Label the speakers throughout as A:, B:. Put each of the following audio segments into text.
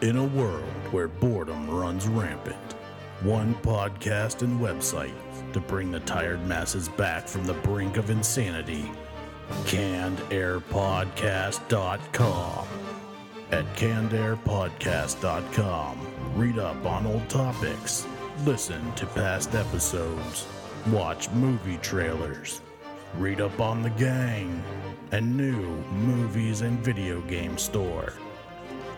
A: In a world where boredom runs rampant, one podcast and website to bring the tired masses back from the brink of insanity cannedairpodcast.com. At cannedairpodcast.com, read up on old topics, listen to past episodes, watch movie trailers, read up on the gang, and new movies and video game store.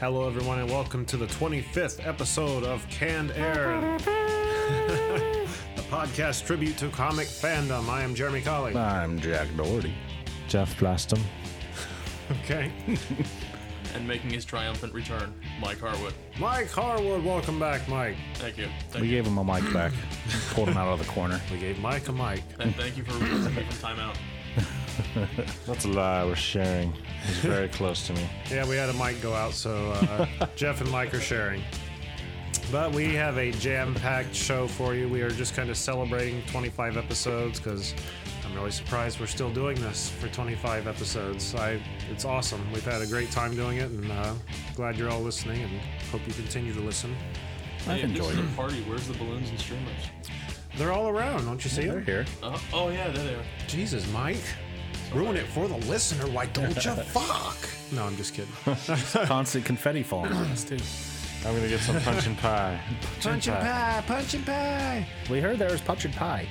B: Hello, everyone, and welcome to the 25th episode of Canned Air, the podcast tribute to comic fandom. I am Jeremy Colley.
A: I'm Jack Doherty.
C: Jeff Blastem.
B: Okay.
D: and making his triumphant return, Mike Harwood.
B: Mike Harwood, welcome back, Mike.
D: Thank you. Thank
C: We
D: you.
C: gave him a mic back. Pulled him out of the corner.
B: We gave Mike a mic.
D: And thank you for releasing me from timeout.
C: That's a lie. We're sharing. He's very close to me.
B: Yeah, we had a mic go out, so uh, Jeff and Mike are sharing. But we have a jam packed show for you. We are just kind of celebrating 25 episodes because I'm really surprised we're still doing this for 25 episodes. I, it's awesome. We've had a great time doing it, and uh, glad you're all listening, and hope you continue to listen.
D: I've
C: enjoyed
D: this is a party. Where's the balloons and streamers?
B: They're all around, don't you see them?
C: Here.
D: Uh, oh yeah, there they are.
B: Jesus, Mike. Ruin it for the listener, why don't you? Fuck! No, I'm just kidding.
C: Constant confetti falling on us, too. I'm going to get some punch and pie.
B: Punch and pie, punch and pie!
C: We heard there was punch and pie.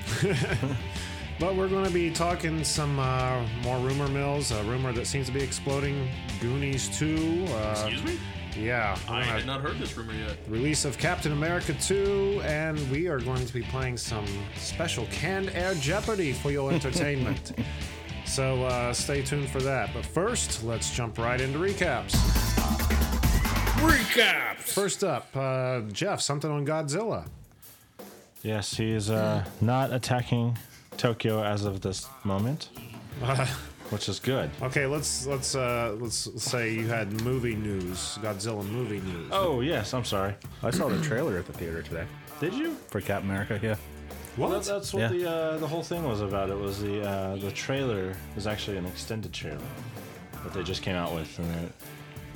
B: But we're going to be talking some uh, more rumor mills, a rumor that seems to be exploding Goonies 2. Uh,
D: Excuse me?
B: yeah. we're
D: I
B: gonna-
D: had not heard this rumor yet.
B: Release of Captain America 2, and we are going to be playing some special canned air Jeopardy for your entertainment. so uh, stay tuned for that. But first, let's jump right into recaps.
E: Recaps!
B: First up, uh, Jeff, something on Godzilla.
C: Yes, he is uh, not attacking Tokyo as of this moment, which is good.
B: Okay, let's let's uh, let's say you had movie news, Godzilla movie news.
C: Oh, yes. I'm sorry.
F: I saw the trailer at the theater today
C: Did you?
F: for Captain America. Yeah,
B: what?
C: That, that's what
F: Yeah.
C: the uh, the whole thing was about. It was the uh, the trailer was actually an extended trailer that they just came out with, and it,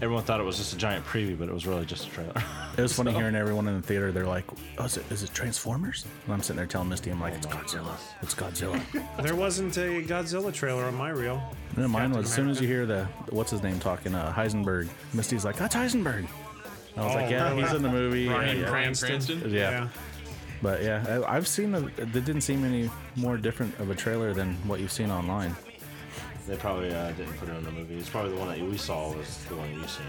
C: everyone thought it was just a giant preview, but it was really just a trailer.
F: it was funny hearing everyone in the theater. They're like, oh, is, it, "Is it Transformers?" And I'm sitting there telling Misty, "I'm like,
C: Oh
F: it's Godzilla. It's Godzilla."
B: There wasn't a Godzilla trailer on my reel.
F: And then mine was as soon as you hear the what's his name talking, uh, Heisenberg. Misty's like, "That's Heisenberg." I was
B: Oh,
F: like, "Yeah,
B: really?
F: he's in the movie." Yeah,
D: Brian
F: yeah,
D: Cranston.
F: yeah. But yeah, I, I've seen. A, it didn't seem any more different of a trailer than what you've seen online.
C: they probably uh, didn't put it in the movie. It's probably the one that we saw was the one you seen.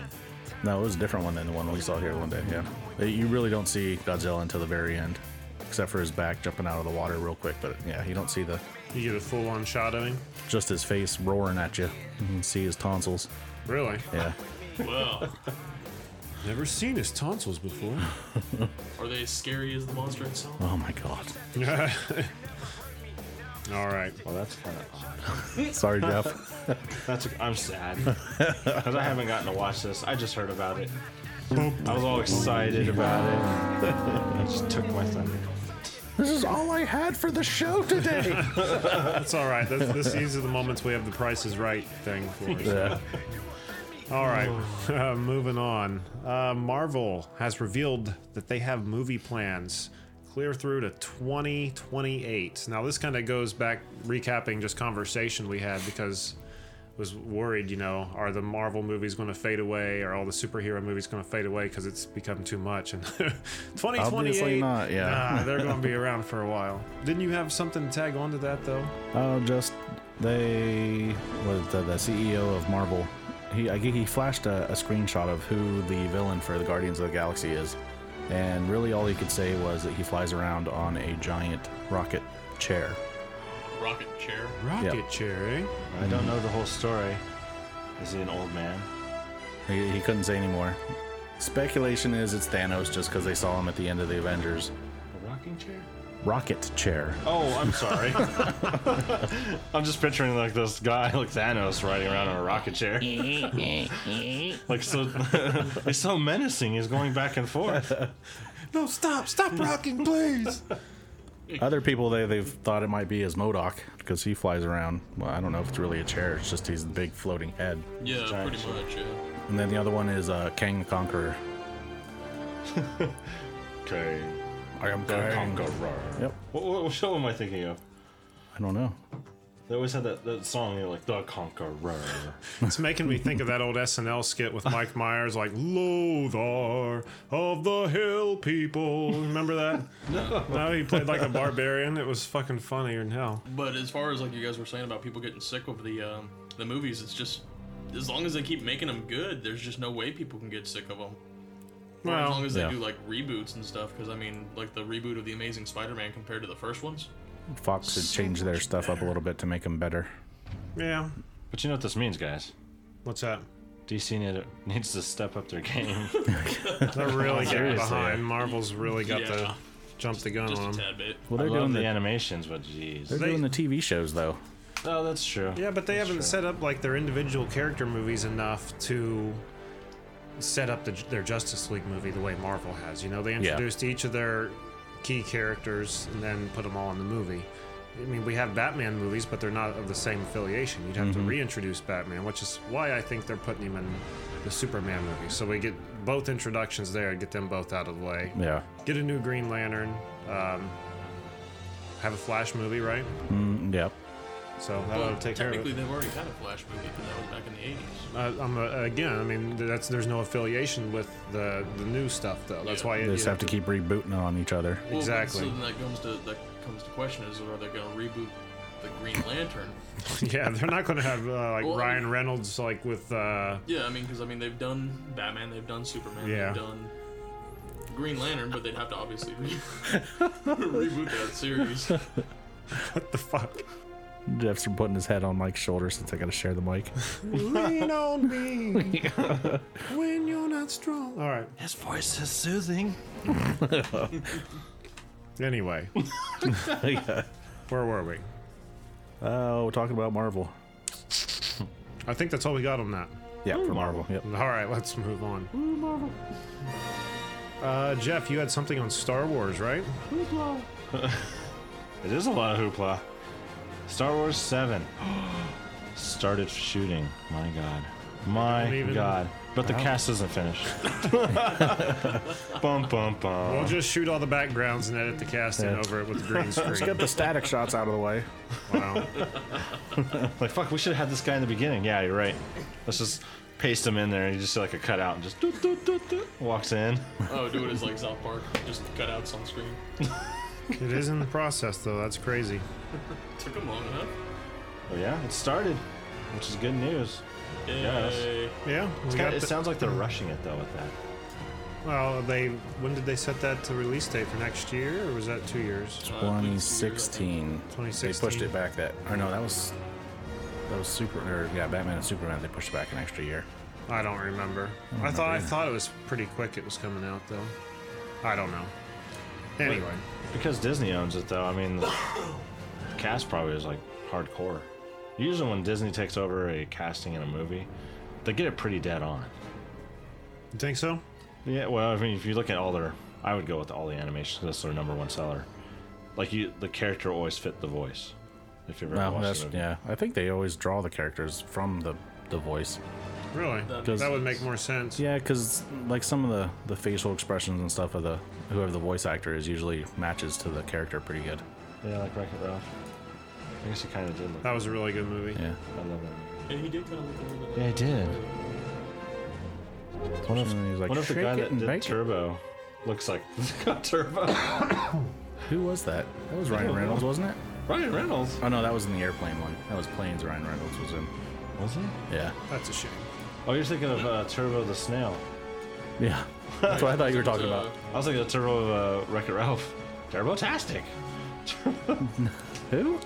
F: No, it was a different one than the one we saw here one day. Yeah, Uh, you really don't see Godzilla until the very end, except for his back jumping out of the water real quick. But yeah, you don't see the
B: You get a full on shot of him.
F: just his face roaring at you. You can see his tonsils.
B: Really?
F: Yeah,
D: Well,
B: Never seen his tonsils before.
D: are they as scary as the monster itself?
F: oh my god.
B: All right.
F: Oh,
C: Well, that's kind of odd.
F: Sorry, Jeff.
C: That's I'm sad because I haven't gotten to watch this. I just heard about it. I was all excited about it. I just took my thunder.
F: this is all I had for the show today.
B: That's all right. That's, this, these are the moments we have the Price is Right thing for. us.
F: yeah.
B: All right. Uh, moving on. Uh, Marvel has revealed that they have movie plans clear through to 2028. Now, this kind of goes back, recapping just conversation we had because I was worried, you know, are the Marvel movies going to fade away? Are all the superhero movies going to fade away because it's become too much? And 2028.
F: Obviously not, yeah.
B: Nah, they're going to be around for a while. Didn't you have something to tag onto that though?
F: Oh, just they was the, the CEO of Marvel. He I, he flashed a, a screenshot of who the villain for the Guardians of the Galaxy is, and really all he could say was that he flies around on a giant rocket chair.
D: Rocket chair.
B: Rocket
F: Yep.
B: chair, eh?
C: I don't know the whole story. Is he an old man?
F: He, he couldn't say anymore. Speculation is it's Thanos just because they saw him at the end of the Avengers.
C: A rocking chair?
F: Rocket chair.
C: Oh, I'm sorry. I'm just picturing like this guy, like Thanos, riding around in a rocket chair. like so, it's so menacing. He's going back and forth.
B: No, stop, stop rocking, please.
F: Other people they they've thought it might be is Modoc because he flies around. Well, I don't know if it's really a chair. It's just his big floating head.
D: Yeah,
C: giant
D: pretty
C: ship.
D: much. Yeah.
F: And then the other one is uh, Kang the Conqueror.
C: Okay.
F: I am Yep.
C: What, what, what show am I thinking of?
F: I don't know.
C: They always had that, that song, you know, like the Conqueror.
B: It's making me think of that old SNL skit with Mike Myers, like Lothar of the Hill People. Remember that? no. No, he played like a barbarian. It was fucking funnier than hell.
D: But as far as like you guys were saying about people getting sick of the um, the movies, it's just as long as they keep making them good, there's just no way people can get sick of them. as long
B: Well,
D: as they
F: yeah.
D: do like reboots and stuff, because I mean, like the reboot of the Amazing Spider-Man compared to the first ones.
F: Fox had changed their stuff up a little bit to make them better.
B: yeah.
C: but you know what this means, guys?
B: What's that?
C: DC need, needs to step up their game.
B: They're really getting
C: Seriously.
B: behind. Marvel's really got
D: Yeah.
B: to jump the gun
D: Just
B: on
D: a
B: them.
D: tad bit.
F: Well,
C: I
F: they're
C: love
F: doing
C: the
F: the,
C: animations, but jeez.
F: they're doing the TV shows though.
C: Oh, that's true.
B: Yeah, but they haven't set up like their individual character movies enough to set up the, their Justice League movie the way Marvel has. You know, they introduced each of their key characters and then put them all in the movie. I mean, we have Batman movies, but they're not of the same affiliation. You'd have to
C: Mm-hmm.
B: reintroduce Batman, which is why I think they're putting him in the Superman movie. So we get both introductions there, get them both out of the way.
F: Yeah.
B: Get a new Green Lantern. Um, have a Flash movie, right?
F: Mm, Yep.
B: So that'll
D: Well,
B: take care of it.
D: technically, they've already had a Flash movie, but that was back in the '80s.
B: Uh, I'm uh, again. I mean, th- that's there's no affiliation with the the new stuff though. That's why
F: They
B: you
F: just have to keep rebooting on each other.
D: Well, but
B: exactly.
D: So then that comes to that comes to question: Is are they going to reboot the Green Lantern?
B: yeah, they're not going to have uh, like
D: Well, I
B: Ryan Reynolds like with uh,
D: yeah, I mean, because I mean, they've done Batman, they've done Superman,
B: Yeah.
D: they've done Green Lantern, but they'd have to obviously re- reboot that series.
B: what the fuck?
F: Jeff's putting his head on Mike's shoulder since I got to share the mic.
B: Lean on me when you're not strong. All right.
C: His voice is soothing.
B: Anyway,
F: yeah.
B: where were we?
F: Oh, we're talking about Marvel.
B: I think that's all we got on that.
F: Yeah,
C: Hmm.
F: for Marvel. Yep.
B: All right, let's move on. Uh, Jeff, you had something on Star Wars, right?
C: It is a lot of hoopla. Star Wars 7 started shooting. My god. My
B: Don't even-
C: god. But the cast isn't finished. bum bum bum.
B: We'll just shoot all the backgrounds and edit the casting over it with the green screen.
F: Get the static shots out of the way.
B: Wow.
C: Like fuck, we should have had this guy in the beginning. Yeah, you're right. Let's just paste him in there and you just see like a cutout and just doot, doot, doot, doot, walks in.
D: oh, do it as like South Park, just cutouts on screen.
B: It is in the process though. That's crazy.
D: Took them long enough.
C: But yeah, it started, which is good news. Yes.
D: Yay.
B: Yeah, we
C: Kinda-
B: got
C: it
B: the-
C: sounds like they're rushing it though with that.
B: Well, they when did they set that to release date for next year, or was that two years?
D: Uh,
F: 2016.
B: 2016.
F: They pushed it back that. Or no, that was that was super. Or yeah, Batman and Superman. They pushed it back an extra year.
B: I don't remember. I, thought I thought it was pretty quick. It was coming out though. I don't know. Anyway,
C: Because Disney owns it, though, I mean, the cast probably is like hardcore. Usually, when Disney takes over a casting in a movie, they get it pretty dead on.
B: you think so?
C: Yeah, well, I mean, if you look at all their, I would go with all the animations. That's their number one seller. Like you, the character always fit the voice. If you've ever
F: No,
C: watched
F: Oh, that's
C: the movie.
F: yeah. I think they always draw the characters from the the voice.
B: Really?
D: That
B: That,
D: makes
B: would
D: sense.
B: make more sense.
F: Yeah, because like some of the the facial expressions and stuff of the whoever the voice actor is usually matches to the character pretty good.
C: yeah, like Wreck It Ralph. I guess he kind of did look.
F: Oh.
B: That was a really good movie.
F: Yeah.
C: I love that. Movie.
D: Yeah, he did kind of look a little bit. like-
C: Yeah, he did. One of,
F: He's like,
C: one of the
F: "Shake
C: guy
F: it
C: that
F: and bake it."
C: did Turbo looks like Turbo.
F: Who was that? That was Ryan
C: don't
F: Reynolds,
C: know.
F: wasn't it?
C: Ryan Reynolds.
F: Oh no, that was in the airplane one. That was planes. Ryan Reynolds was in.
C: Was he?
F: Yeah.
B: That's a shame.
C: Oh, you're thinking of uh, Turbo the Snail.
F: Yeah. That's what I thought you were talking
D: Uh,
F: about.
C: I was thinking of Turbo uh, Wreck It Ralph. Turbo Tastic.
F: Who?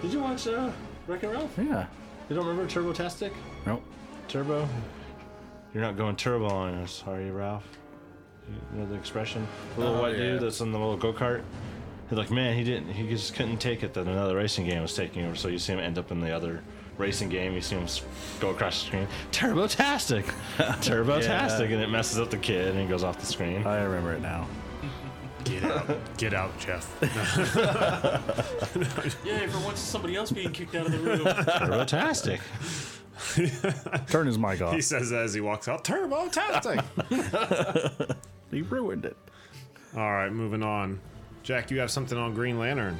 C: Did you watch uh, Wreck and Ralph?
F: Yeah.
C: You don't remember Turbo Tastic?
F: Nope.
C: Turbo? You're not going turbo on us, are you, Ralph? You know the expression? The little white dude that's in the little go kart? He's like, man, he didn't, he just couldn't take it that another racing game was taking over. So you see him end up in the other racing game. You see him s- go across the screen. Turbo Tastic! Turbo Tastic! And it messes up the kid and he goes off the screen.
F: I remember it now.
B: Get out. Get out, Jeff.
D: Yay, for once somebody else being kicked out of the room.
C: Turbo Tastic!
F: Turn his mic off.
B: he says that as he walks out. Turbo testing.
F: he ruined it.
B: All right, moving on. Jack, you have something on Green Lantern.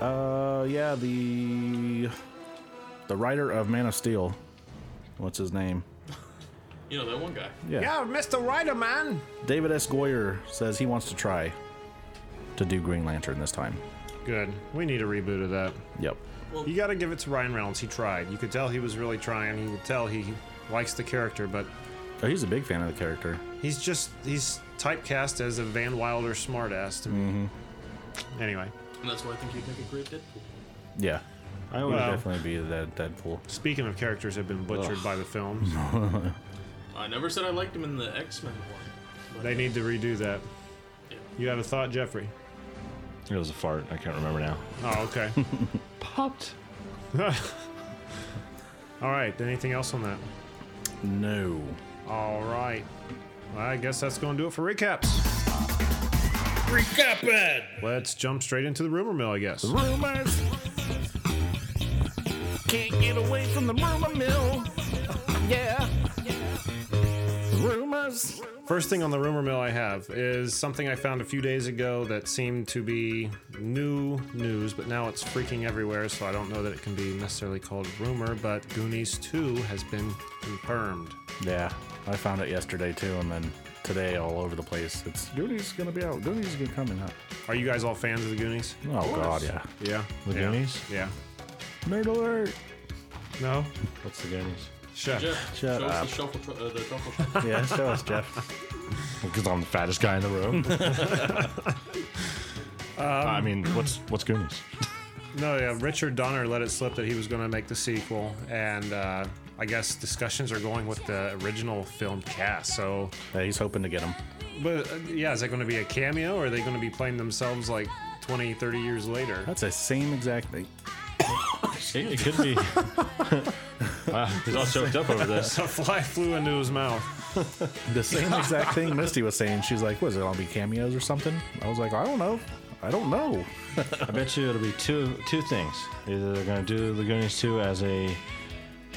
F: Uh, yeah, the the writer of Man of Steel. What's his name?
D: you know, that one guy.
B: Yeah, Mr. Writer, man.
F: David S. Goyer says he wants to try to do Green Lantern this time.
B: Good. We need a reboot of that.
F: Yep.
B: You got to give it to Ryan Reynolds. He tried. You could tell he was really trying. You could tell he likes the character, but
F: Oh, he's a big fan of the character.
B: he's just he's typecast as a Van Wilder smartass to me. Anyway,
D: And that's why I think you'd make a great Deadpool.
F: Yeah.
C: I
F: He would
B: Wow.
F: definitely be that Deadpool.
B: speaking of characters that have been butchered by the films,
D: I never said I liked him in the X Men one.
B: they need to redo that.
D: Yeah.
B: You have a thought, Jeffrey?
C: It was a fart. I can't remember now.
B: Oh, okay.
C: Popped.
B: All right. Anything else on that?
F: No.
B: All right. Well, I guess that's going to do it for recaps. Recap it. Let's jump straight into the rumor mill, I guess.
F: Rumors. Can't get away from the rumor mill. Yeah. Rumors.
B: First thing on the rumor mill I have is something I found a few days ago that seemed to be new news, but now it's freaking everywhere, so I don't know that it can be necessarily called rumor, but Goonies 2 has been confirmed.
F: Yeah, I found it yesterday too, and then today all over the place. It's Goonies gonna be out. Goonies gonna coming out.
B: Are you guys all fans of the Goonies?
F: Oh god, yeah.
B: Yeah.
C: The
B: yeah.
C: Goonies?
B: Yeah.
F: Nerd alert.
B: No?
C: What's the Goonies?
B: Shut.
D: Jeff,
F: Shut
D: show
F: up.
D: us the shuffle, tr- uh, the shuffle shuffle.
F: Yeah, show us, Jeff.
C: Because I'm the fattest guy in the room. I mean, what's what's Goonies?
B: No, yeah. Richard Donner let it slip that he was going to make the sequel, and uh, I guess discussions are going with the original film cast, so
F: Yeah, he's hoping to get him.
B: But uh, yeah, is that going to be a cameo or are they going to be playing themselves like 20, 30 years later?
F: That's the same exact thing.
C: It, it could be. wow, he's all choked up over this.
B: A fly flew into his mouth.
F: The same exact thing Misty was saying. She's like, "Was it all be cameos or something?" I was like, "I don't know. I don't know."
C: I bet you it'll be two two things. Either they're gonna do the Goonies two as a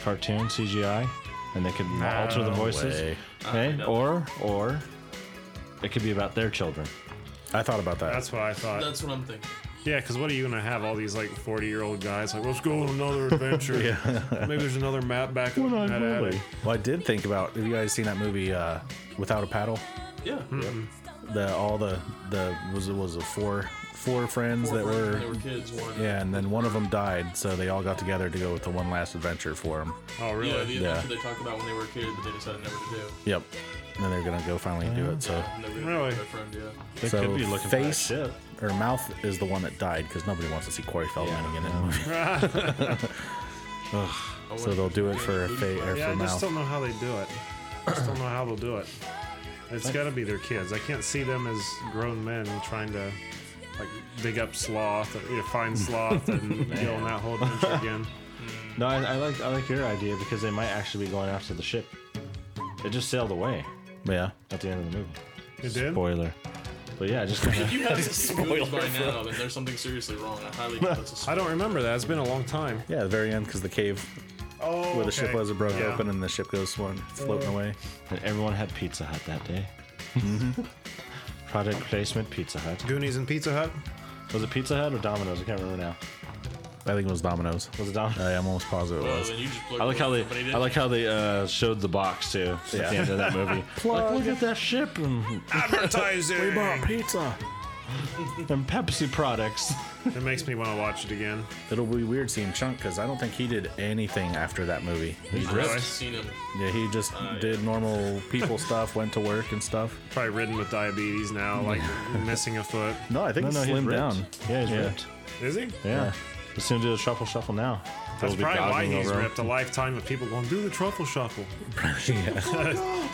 C: cartoon CGI, and they could alter the voices,
F: way.
C: okay? or or it could be about their children.
F: I thought about that.
B: That's what I thought.
D: That's what I'm thinking.
B: Yeah, because what are you going to have? All these like 40 year old guys like, let's go on another adventure. Maybe there's another map back up in that attic.
F: well, I did think about. Have you guys seen that movie uh, Without a Paddle?
D: Yeah.
F: The all the the was it was it four four friends that
D: When
F: were
D: they were kids. One.
F: Yeah, and then one of them died, so they all got together to go with the one last adventure for him.
B: Oh, really?
D: Yeah, the adventure
F: Yeah.
D: they talked about when they were a kid, but they decided never to do.
F: Yep. And then they're gonna go finally do it. So,
D: And they were
B: Really?
D: their friend, yeah.
C: They
F: so
C: could be looking
F: face
C: for that ship.
F: or mouth is the one that died because nobody wants to see Corey Feldman
C: Yeah,
F: again in the movie.
D: I
F: So they'll do it for a fa- or
B: Yeah,
F: for
B: I just
F: mouth.
B: don't know how they do it. I just don't know how they'll do it. It's got to be their kids. I can't see them as grown men trying to like dig up sloth or you know, find sloth and go on that whole adventure again.
C: No, I, I like I like your idea because they might actually be going after the ship. It just sailed away
F: Yeah.
C: at the end of the movie.
B: It did?
C: Spoiler. But yeah, just kind of.
D: You haven't seen movies by now, then there's something seriously wrong. I highly doubt that's a
B: I don't remember that. It's been a long time.
F: Yeah, the very end because the cave
B: Oh,
F: where the ship was it broke open and the ship goes one floating away.
C: And everyone had Pizza Hut that day. Mm-hmm. Product placement Pizza Hut.
B: Goonies and Pizza Hut.
C: Was it Pizza Hut or Domino's? I can't remember now.
F: I think it was Domino's.
C: Was it Domino's?
F: I am almost positive it
D: Well,
F: was.
D: then you just
C: Uh, I like how they I like how they uh, showed the box too at
F: Yeah.
C: the end of that movie. like, look at that ship and,
B: Advertising.
F: pizza.
C: and Pepsi products.
B: it makes me want to watch it again.
F: It'll be weird seeing Chunk because I don't think he did anything after that movie. He
D: I've
B: Really?
D: seen him.
F: Yeah, he just did normal people stuff, went to work and stuff.
B: Probably ridden with diabetes now, like missing a foot.
F: No, I think
C: No,
F: he
C: no, he's
F: slimmed
C: ripped.
F: down.
C: Yeah, he's
F: Yeah.
C: ripped.
B: Is he?
C: Yeah. Let's do the shuffle shuffle now.
B: That's
C: They'll be
B: probably why
C: goggling
B: he's
C: over 'em.
B: ripped a lifetime of people going, do the truffle shuffle.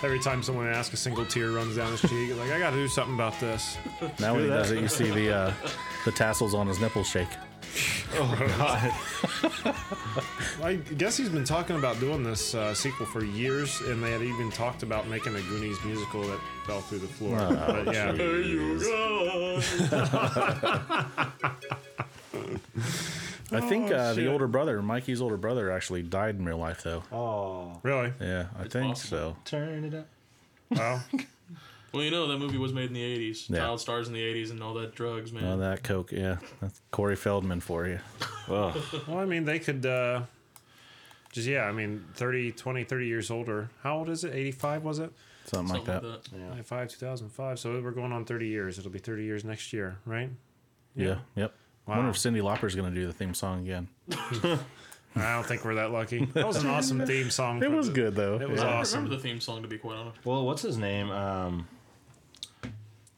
B: Every time someone asks, a single tear runs down his cheek. Like, I gotta do something about this.
F: Now when he does it, you see the uh, the tassels on his nipples shake.
B: I guess he's been talking about doing this uh, sequel for years, and they had even talked about making a Goonies musical that fell through the floor. but yeah.
F: I think uh,
B: shit.
F: the older brother, Mikey's older brother, actually died in real life though.
B: Really?
F: Yeah, I think
D: possible.
C: Turn it up.
B: Wow.
D: Well, you know that movie was made in the '80s.
F: Yeah.
D: Child stars in the '80s and all that drugs, man.
F: so. Oh, that Coke, yeah, that's Corey Feldman for you.
B: Well, I mean, they could uh, just, yeah, I mean, 30, 20, 30 years older. How old is it? 85, was it?
F: Something, like
D: Something
F: that.
D: like that.
B: 95, 2005. So we're going on 30 years. It'll be 30 years next year, right?
F: Yeah. Yep. I wonder if Cindy Lauper's gonna do the theme song again.
B: I don't think we're that lucky. That was an awesome theme song.
F: It
B: for
F: was
B: the-
F: good though.
B: It was
D: I don't
B: awesome.
D: remember the theme song to be quite honest.
C: Well, what's his name? Um, the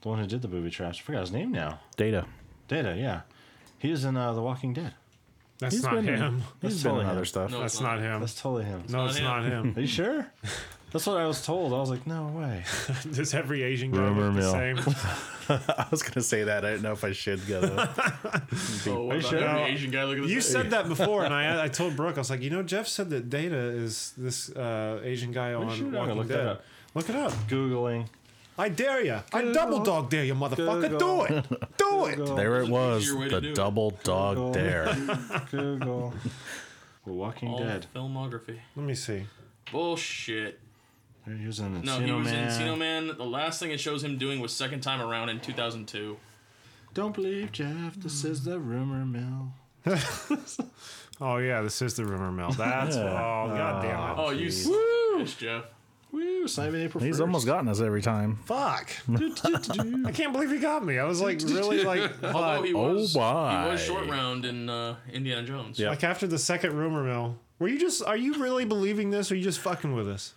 C: one who did the booby traps. I forgot his name now.
F: Data.
C: Data. Yeah, he was in uh, The Walking Dead.
B: That's not
F: been in-
B: him.
F: He's
C: That's
F: been in
C: totally
F: other
C: him.
F: stuff.
D: No,
B: That's not him.
C: That's totally him.
B: No, it's
D: not
B: not him.
C: Are you sure? That's what I was told. I was like, no way.
B: Does every Asian guy
C: Rumor
B: look the
C: mill.
B: same?
F: I was gonna say that. I didn't know if I should go. Though.
D: Oh, what
C: Are you
D: about
C: sure?
D: every Asian guy looking at
B: You
D: this?
B: said that before, and I, I told Brooke, I was like, you know, Jeff said that Data is this uh, Asian guy on
C: should- I'm gonna
B: Walking
C: look that
B: Dead.
C: up.
B: Look it up.
C: Googling.
B: I dare you. I double dog dare you, motherfucker.
C: Google.
B: Do it. Do it.
C: Google.
F: There it was,
D: easier way to do
F: the
D: it.
F: double
C: Go.
F: dog dare.
C: Google. The Walking
D: all
C: Dead.
D: filmography.
B: Let me see.
D: Bullshit.
C: They're using
D: No,
C: Encino
D: he was
C: Man.
D: in Encino Man. The last thing it shows him doing was second time around in 2002.
C: Don't believe Jeff. This is the rumor mill.
B: Oh yeah, this is the rumor mill. That's oh goddamn it.
D: Oh, you s- Jeff.
C: Woo! It's not even April
F: He's
C: 1st.
F: almost gotten us every time.
B: Fuck. I can't believe he got me. I was like really like
D: Although
B: hot.
D: he was, he
F: my.
D: was short round in uh, Indiana Jones.
F: Yeah.
B: like after the second rumor mill. Were you just? Are you really believing this? Or are you just fucking with us?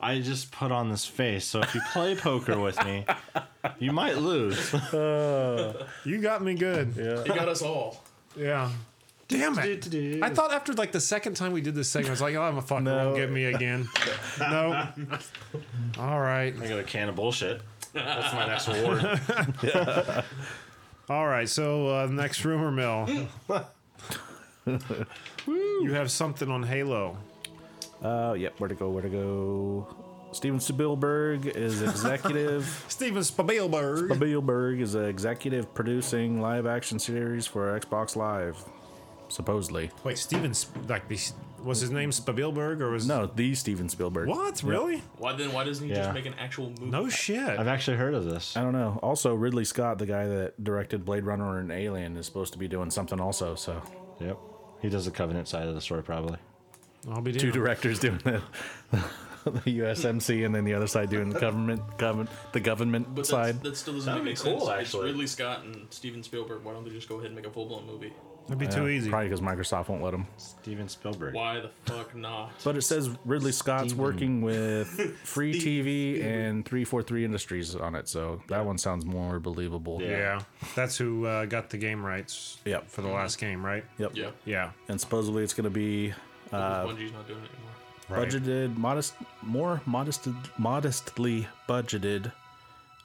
C: I just put on this face, so if you play poker with me, you might lose.
B: You got me good.
D: He got us all.
B: Yeah. Damn it. I thought after like the second time we did this segment, I was like, oh, I'm a fucking
F: No.
B: no. give me again. no. All right.
C: I got a can of bullshit. That's my next award.
B: All right. So, uh, next rumor mill. you have something on Halo.
F: Uh, yep. Where to go? Where to go? Steven Spielberg is executive.
B: Steven Spielberg.
F: Spielberg is executive producing live action series for Xbox Live, supposedly.
B: Wait, Steven, Sp- like, the, was his name Spielberg or was.
F: No, the Steven Spielberg.
B: What? Really?
D: Why then? Why doesn't he
C: Yeah.
D: just make an actual movie?
B: No shit.
C: I've actually heard of this.
F: I don't know. Also, Ridley Scott, the guy that directed Blade Runner and Alien, is supposed to be doing something also. So
C: Yep. He does the Covenant side of the story, probably.
B: I'll be
F: two
B: damned.
F: directors doing the, the USMC, and then the other side doing the government, govern, the government
D: But that's,
F: side.
D: that still doesn't
C: That'd
D: make any
C: be cool,
D: sense.
C: actually.
D: It's Ridley Scott and Steven Spielberg. Why don't they just go ahead and make a full blown movie?
B: That'd be too easy.
F: Probably because Microsoft won't let him.
C: Steven Spielberg.
D: Why the fuck not?
F: But it says Ridley Scott's working with Free TV and 343 Industries on it, so that one sounds more believable.
C: Yeah.
B: Yeah. That's who uh, got the game rights
F: Yep.
B: for the last game, right?
F: Yep.
D: Yeah,
B: Yeah.
F: And supposedly it's going to be
D: Bungie's not doing it anymore.
B: Right.
F: budgeted, modest, more modest, modestly budgeted,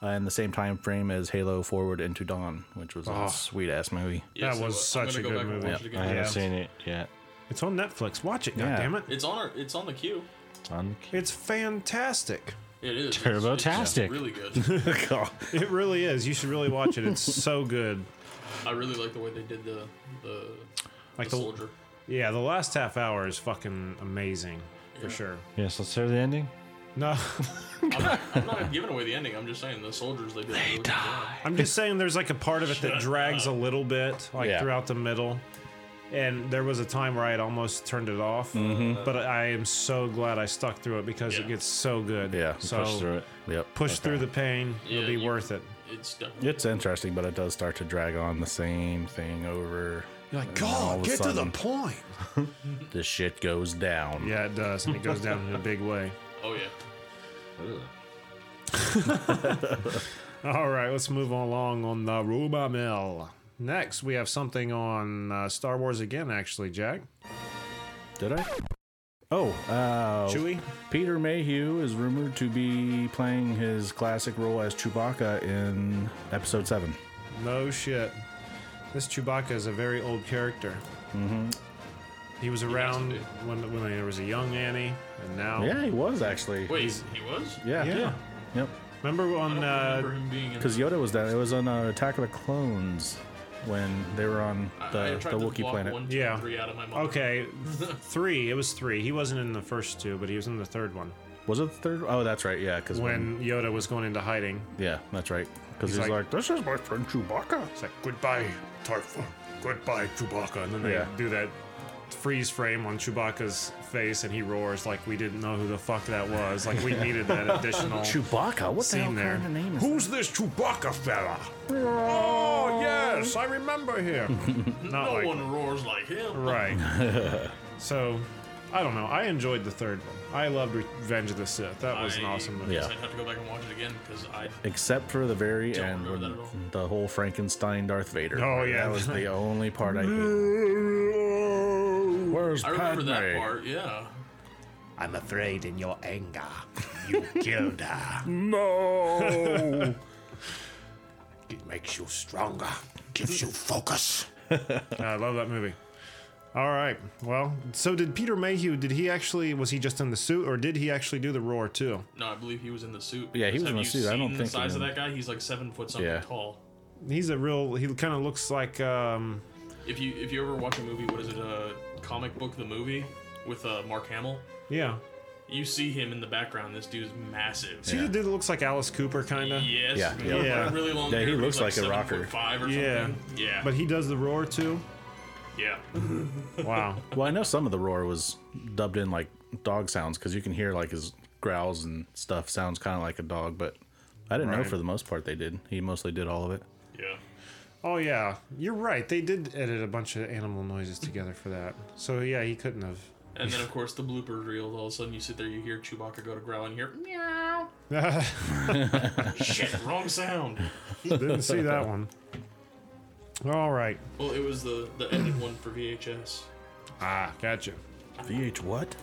F: uh, in the same time frame as Halo Forward into Dawn, which was a sweet ass movie.
D: Yes,
B: was
D: it I'm
B: such
D: gonna
B: a
D: go
B: good
D: back and
B: movie.
D: watch it
C: I
D: again.
C: haven't
B: Yeah.
C: seen it yet.
B: It's on Netflix. Watch it.
F: Yeah.
B: God damn it.
D: It's on our, It's on the queue.
C: It's on the
B: It's fantastic.
D: It is. It's- it's-
C: Turbotastic.
D: It's really good.
B: It really is. You should really watch it. It's so good.
D: I really like the way they did the the,
B: Like
D: the
B: the-
D: soldier.
B: Yeah, the last half hour is fucking amazing for sure.
C: Yes, let's hear the ending.
B: No,
D: I'm not, I'm not giving away the ending. I'm just saying the soldiers they did. They really die.
B: I'm just saying there's like a part of it that drags a little bit, like
F: Yeah.
B: throughout the middle. And there was a time where I had almost turned it off,
F: Mm-hmm.
B: but I am so glad I stuck through it because
D: Yeah.
B: it gets so good.
F: Yeah,
B: so
C: Push through it.
F: Yep.
B: push through the pain.
D: Yeah,
B: It'll be
D: you-
B: worth it.
D: It's definitely.
F: It's interesting, but it does start to drag on the same thing over.
B: You're like,
F: all of a
B: God, get to the
F: sudden-
B: point.
F: The shit goes down.
B: Yeah, it does, and it goes down in a big way.
D: Oh yeah.
B: All right, let's move along on the rumor mill. Next, we have something on uh, Star Wars again, actually, Jack.
F: Did I? Oh, uh,
B: Chewie?
F: Peter Mayhew is rumored to be playing his classic role as Chewbacca in Episode Seven.
B: No shit. This Chewbacca is a very old character. Mm-hmm. He was around
D: to
B: when, when there was a young Annie, and now.
F: Yeah, he was actually.
D: Wait, he was?
F: Yeah.
B: Yeah.
F: Yep.
B: Remember
D: I
B: on.
D: don't
B: Uh,
D: remember him being in
F: Because Yoda was down. It was on uh, Attack of the Clones when they were on
D: I-
F: the,
D: I
F: the
D: tried to
F: Wookiee
D: block
F: planet.
D: One, two,
B: Yeah. Oh,
D: Three out of my mind.
B: okay, th- three. It was three. He wasn't in the first two, but he was in the third one
F: Was it the third? Oh, that's right. Yeah, because when,
B: when Yoda was going into hiding.
F: Yeah, that's right. Because
B: He's
F: he's,
B: like-
F: like, this is my friend Chewbacca.
B: It's like goodbye, Tarfa. Goodbye, Chewbacca. And then they
F: Yeah.
B: do that freeze frame on Chewbacca's face, and he roars like we didn't know who the fuck that was. Like we needed that additional
F: Chewbacca. What the hell
B: scene there.
F: kind of name is?
B: Who's this Chewbacca fella? Oh yes, I remember him. Not
D: No
B: like
D: one roars like him.
B: right. so, I don't know. I enjoyed the third one. I loved Revenge of the Sith. That was an
D: I
B: awesome movie.
D: guess
F: Yeah.
D: I'd have to go back and watch it again because I
F: Except for the very
D: Don't
F: end,
D: remember
F: when
D: that at all.
F: the whole Frankenstein Darth Vader.
B: Oh,
F: part.
B: yeah.
F: that was the only part I. hated. Where's
D: I remember that
F: Padme?
D: part. Yeah.
B: I'm afraid in your anger, you killed her.
F: No.
B: It makes you stronger, gives you focus. I love that movie. All right. Well, so did Peter Mayhew? Did he actually? Was he just in the suit, or did he actually do the roar too?
D: No, I believe he was in the suit.
F: Yeah, he was
D: Have
F: in the
D: you
F: suit. I
D: seen
F: don't
D: the
F: think he
D: size of
F: did.
D: that guy. He's like seven foot something
F: Yeah.
D: tall.
B: He's a real. He kind of looks like. um
D: If you if you ever watch a movie, what is it? A comic book, the movie with uh, Mark Hamill.
B: Yeah.
D: You see him in the background. This dude's massive.
B: See the dude that looks like Alice Cooper, kind of.
D: Yes.
F: Yeah,
D: with
F: yeah.
D: like
B: Yeah.
D: Really long.
F: Yeah, he
D: hair, but
F: looks
D: he's
F: like a
D: seven
F: rocker.
D: foot Five or
B: Yeah.
D: something. Yeah.
B: But he does the roar too.
D: yeah.
B: Wow.
F: well, I know some of the roar was dubbed in like dog sounds because you can hear like his growls and stuff sounds kind of like a dog, but I didn't know
B: Right.
F: for the most part they did. He mostly did all of it.
D: Yeah.
B: oh yeah, you're right. They did edit a bunch of animal noises together for that. So yeah, he couldn't have.
D: And then of course the blooper reel. All of a sudden you sit there, you hear Chewbacca go to growl, and you hear meow. Shit, wrong sound.
B: Didn't see that one. All right.
D: Well, it was the the ended one for VHS.
B: Ah, gotcha.
F: VH what?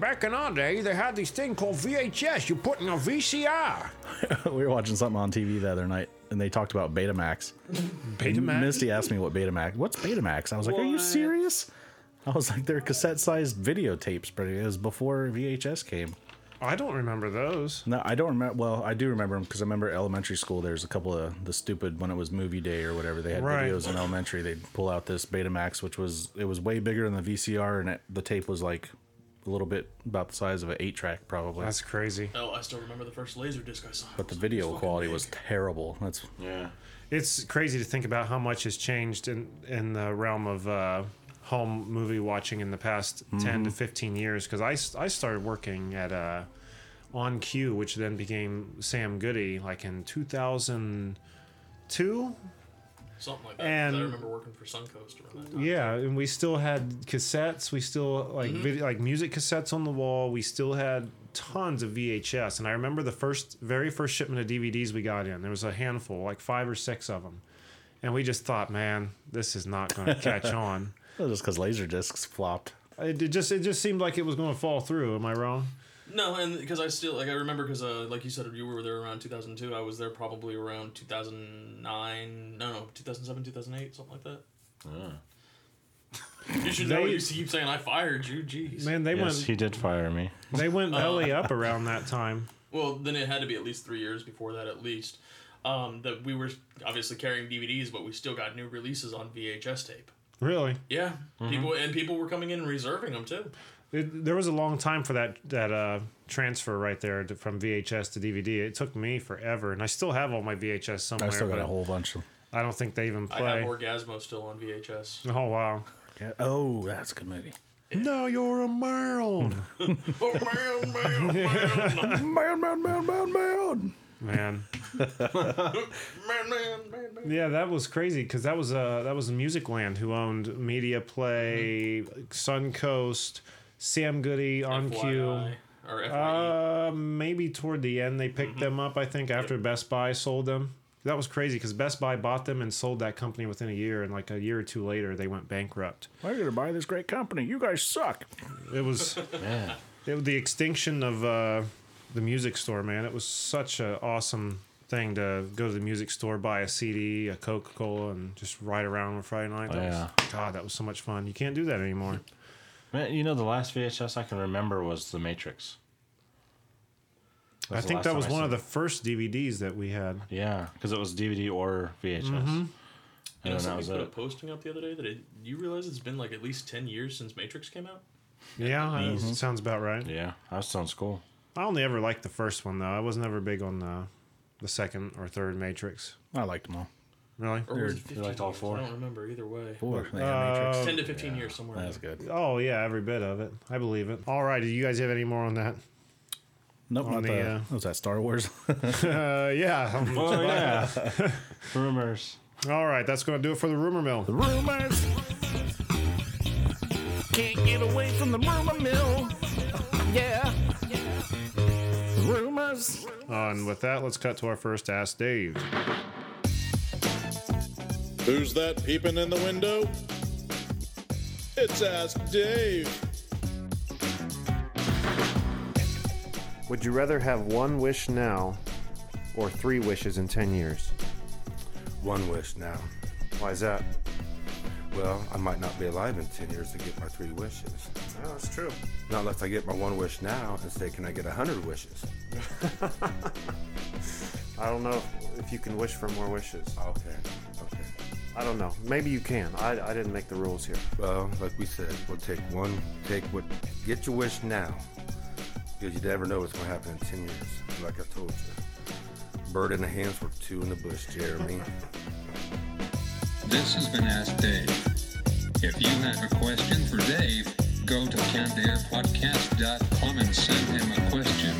B: Back in our day, they had these thing called VHS. You put in a VCR.
F: we were watching something on TV the other night, and they talked about Betamax.
B: Betamax?
F: Misty asked me what Betamax. What's Betamax? I was like, "Are you
D: What?
F: serious?" I was like, "They're cassette-sized videotapes, but it was before VHS came."
B: I don't remember those.
F: No, I don't remember. Well, I do remember them because I remember elementary school. There's a couple of the stupid when it was movie day or whatever. They had
B: Right.
F: videos in elementary. They'd pull out this Betamax, which was it was way bigger than the VCR, and it, the tape was like a little bit about the size of an eight-track, probably.
B: That's crazy.
D: Oh, I still remember the first laser disc I saw.
F: but the video quality was terrible. That's
C: Yeah.
B: It's crazy to think about how much has changed in in the realm of uh, home movie watching in the past ten to fifteen years. Because I, s- I started working at uh, On Cue, which then became Sam Goody, like in two thousand two.
D: Something like that. 'cause I
B: And-
D: remember working for Suncoast around that time.
B: Yeah, and we still had cassettes. We still like
F: Mm-hmm.
B: vid- like music cassettes on the wall. We still had tons of VHS, and I remember the first, very first shipment of DVDs we got in. There was a handful, like five or six of them, and we just thought, man, this is not going to catch on.
F: just because laser discs flopped.
B: It, it just it just seemed like it was going to fall through. Am I wrong?
D: No, and because I still like I remember because uh, like you said you were there around 2002. I was there probably around 2009. No, no, 2007, 2008, something like that. You should know.
B: They-
D: You keep saying I fired you. Jeez.
B: Man, they
C: Yes,
B: went
C: he did fire me.
B: they went belly up around that time.
D: Well, then it had to be at least three years before that, at least. Um, that we were obviously carrying DVDs, but we still got new releases on VHS tape.
B: Really,
D: Yeah, people and people were coming in and reserving them too.
B: it, there was a long time for that that uh, transfer right there to, from VHS to DVD. It took me forever, and I still have all my VHS somewhere.
F: I still got
B: but
F: a whole bunch of.
B: I don't think they even
D: I
B: play.
D: have Orgasmo still on VHS.
B: oh wow!
F: Yeah. Oh, that's a good movie.
B: No, you're a mound,
D: oh man, man, man,
F: Man, man, man, man, man.
B: man.
D: man, man, man, man.
B: Yeah, that was crazy because that was uh that was Music Land who owned Media Play, Suncoast, Sam Goody, On Cue.
D: FYI, or E. FYE.
B: Uh, maybe toward the end they picked them up. I think after Best Buy sold them. that was crazy because Best Buy bought them and sold that company within a year, and like a year or two later, they went bankrupt.
F: Why did I buy this great company? You guys suck.
B: It was it was the extinction of uh, the music store, man. It was such an awesome thing to go to the music store, buy a CD, a Coca Cola, and just ride around on Friday
C: Oh,
B: night. That was- God, that was so much fun. You can't do that anymore.
C: Man, you know the last VHS I can remember was The Matrix.
B: I
C: the
B: think
C: last
B: that
C: time
B: was
C: I
B: one
C: saw
B: of the first DVDs that we had.
C: Yeah, because it was DVD or VHS.
D: You
C: And
D: know,
C: then that
D: somebody
C: was
D: put a
C: it.
D: posting up the other day that it, you realize it's been like at least ten years since Matrix came out.
B: Yeah, that sounds about right.
C: Mm-hmm. Yeah, I was still in school.
B: I only ever liked the first one though. I was never big on the the second or third Matrix.
F: I liked them all.
B: Really?
D: Or was it 15
C: liked all
D: years?
C: four?
D: I don't remember either way.
F: Boy, they got Matrix.
D: Ten to fifteen years somewhere. in
F: That's
D: there.
F: good.
B: Uh, Oh yeah, every bit of it. I believe it. All right. Do you guys have any more on that?
F: Nope,
B: On
F: not
B: the,
F: the.
B: uh,
F: what was that Star Wars?
B: Uh, yeah.
C: Oh yeah, rumors.
B: All right. That's gonna do it for the rumor mill.
F: rumors. Can't get away from the rumor mill. Yeah. Rumors.
B: and with that, let's cut to our first ask, Dave.
G: Who's that peeping in the window? It's Ask Dave.
B: Would you rather have one wish now, or three wishes in ten years?
H: One wish now.
B: Why is that?
H: Well, I might not be alive in 10 years to get my three wishes.
B: Oh, that's true.
H: Not unless I get my one wish now and say, can I get a 100 wishes?
B: I don't know if you can wish for more wishes.
H: Okay, okay.
B: I don't know. Maybe you can. I, I didn't make the rules here.
H: Well, like we said, we'll take one, take what, get your wish now. Because you never know what's going to happen in 10 years. And Like I told you, bird in the hand's worth two in the bush, Jeremy.
I: This has been Ask Dave. If you have a question for Dave, go to candairpodcast.com and send him a question.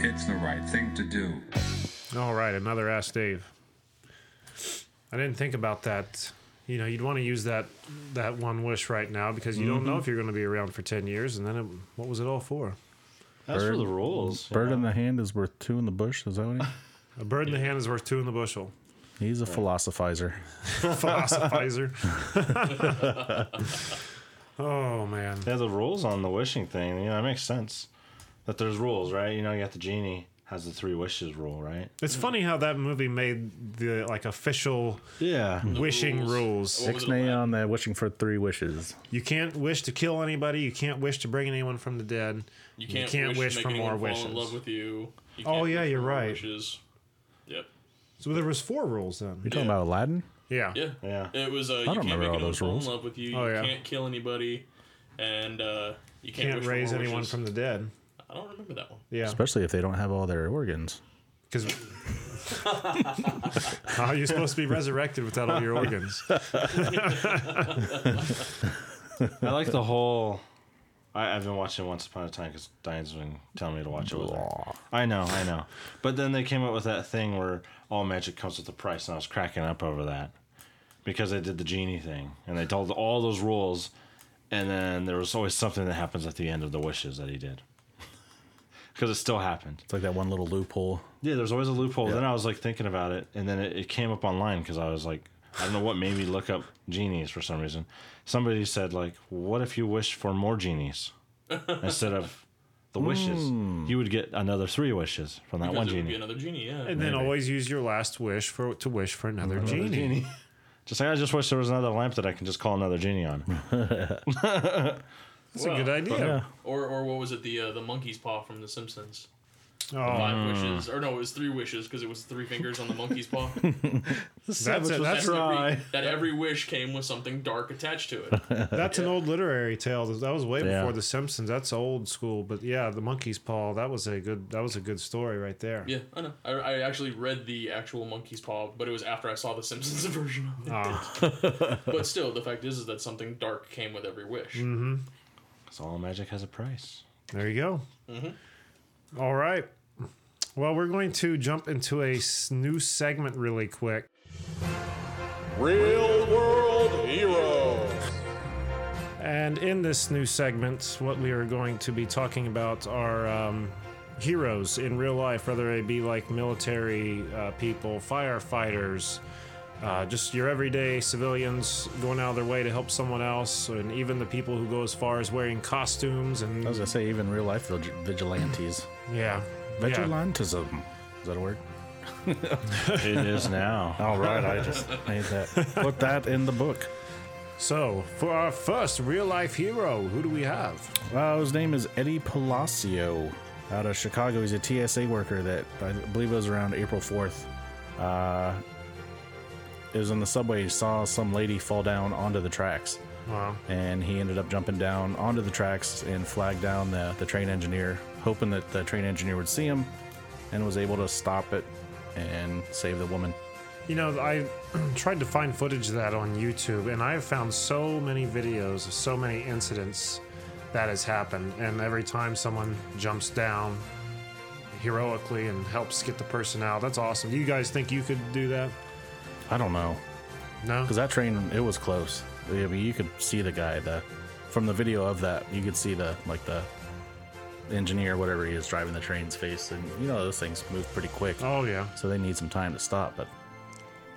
I: It's the right thing to do.
B: All right, another Ask Dave. I didn't think about that. You know, you'd want to use that that one wish right now because you don't know if you're going to be around for ten years, and then it, what was it all for?
C: That's for the rules.
F: Bird in the hand is worth two in the bush. Is that what he?
B: A bird in the hand is worth two in the bushel.
F: He's a philosophizer.
B: Philosophizer. oh man,
C: Yeah, the rules on the wishing thing. You know, that makes sense. That there's rules, right? You know, you got the genie has the three wishes rule, right?
B: it's funny how that movie made the like official
C: Yeah.
B: wishing rules.
D: What was
F: Six
D: it, Aladdin?
F: neon that wishing for three wishes.
B: You can't wish to kill anybody. You can't wish to bring anyone from the dead.
D: You can't,
B: can't wish
D: wish, to make
B: for
D: anyone
B: more
D: Fall in
B: wishes.
D: love with you.
B: Oh, yeah,
D: You can't wish for
B: you're
D: more
B: right.
D: Wishes. Yep.
B: So there was four rules then.
F: You're talking about Aladdin?
B: Yeah.
D: Yeah.
C: Yeah.
D: It was. Uh, you
F: don't
D: can't
F: remember
D: make
F: all
D: anyone
F: those
D: fall
F: rules.
D: in love with you.
B: Oh,
D: you
B: yeah.
D: can't kill anybody, and uh, you can't,
B: Can't
D: wish for
B: raise
D: more
B: anyone
D: wishes.
B: from the dead.
D: I don't remember that one.
B: Yeah.
F: Especially if they don't have all their organs.
B: Because how are you supposed to be resurrected without all your organs?
C: I like the whole. I, I've been watching Once Upon a Time because Diane's been telling me to watch it with her. I know, I know. But then they came up with that thing where all magic comes with a price, and I was cracking up over that because they did the genie thing and they told all those rules, and then there was always something that happens at the end of the wishes that he did because it still happened.
F: It's like that one little loophole.
C: Yeah, there's always a loophole. Then I was like thinking about it, and then it, it came up online because I was like, I don't know what made me look up genies for some reason. Somebody said like, "What if you wish for more genies instead of the wishes?
B: Hmm.
C: You would get another three wishes from that
D: Because
C: one
D: it would be
C: genie."
D: another genie. Yeah.
B: And then always use your last wish for to wish for another, genie.
C: Genie. Just like I just wish there was another lamp that I can just call another genie on.
B: That's a good idea.
D: or or what was it? The uh, the monkey's paw from The Simpsons.
B: Oh,
D: Five wishes, or no, it was three wishes because it was three fingers on the monkey's paw.
B: that's a, that's
D: every, that every wish came with something dark attached to it.
B: that's an old literary tale. That was way
F: Yeah.
B: before The Simpsons. That's old school. But yeah, the monkey's paw. That was a good. That was a good story right there.
D: Yeah, I know. I, I actually read the actual monkey's paw, but it was after I saw the Simpsons version of it.
B: Ah.
D: but still, the fact is, is that something dark came with every wish.
B: Mm-hmm.
C: Because all magic has a price.
B: There you go. All right. Well, we're going to jump into a s- new segment really quick.
G: Real world hero.
B: And in this new segment, what we are going to be talking about are um, heroes in real life, whether they be like military uh, people, firefighters, uh, just your everyday civilians going out of their way to help someone else, and even the people who go as far as wearing costumes and
F: I was gonna say even real life vig- vigilantes.
B: yeah, yeah.
F: Vigilantism. Is that a word?
C: It is now.
F: All right, I just made that. Put that in the book.
B: So for our first real life hero, who do we have?
F: Uh, his name is Eddie Palacio out of Chicago. He's a TSA worker that I believe it was around April 4th. Uh, it was on the subway. He saw some lady fall down onto the tracks.
B: Wow.
F: And he ended up jumping down onto the tracks and flagged down the, the train engineer, hoping that the train engineer would see him and was able to stop it and save the woman.
B: You know, I tried to find footage of that on YouTube, and I have found so many videos of so many incidents that has happened. And every time someone jumps down heroically and helps get the person out, that's awesome. Do you guys think you could do that?
F: I don't know.
B: No?
F: Because that train, it was close. I mean, you could see the guy. The from the video of that, you could see the like the engineer, whatever he is, driving the train's face, and you know those things move pretty quick.
B: Oh, yeah.
F: So they need some time to stop. But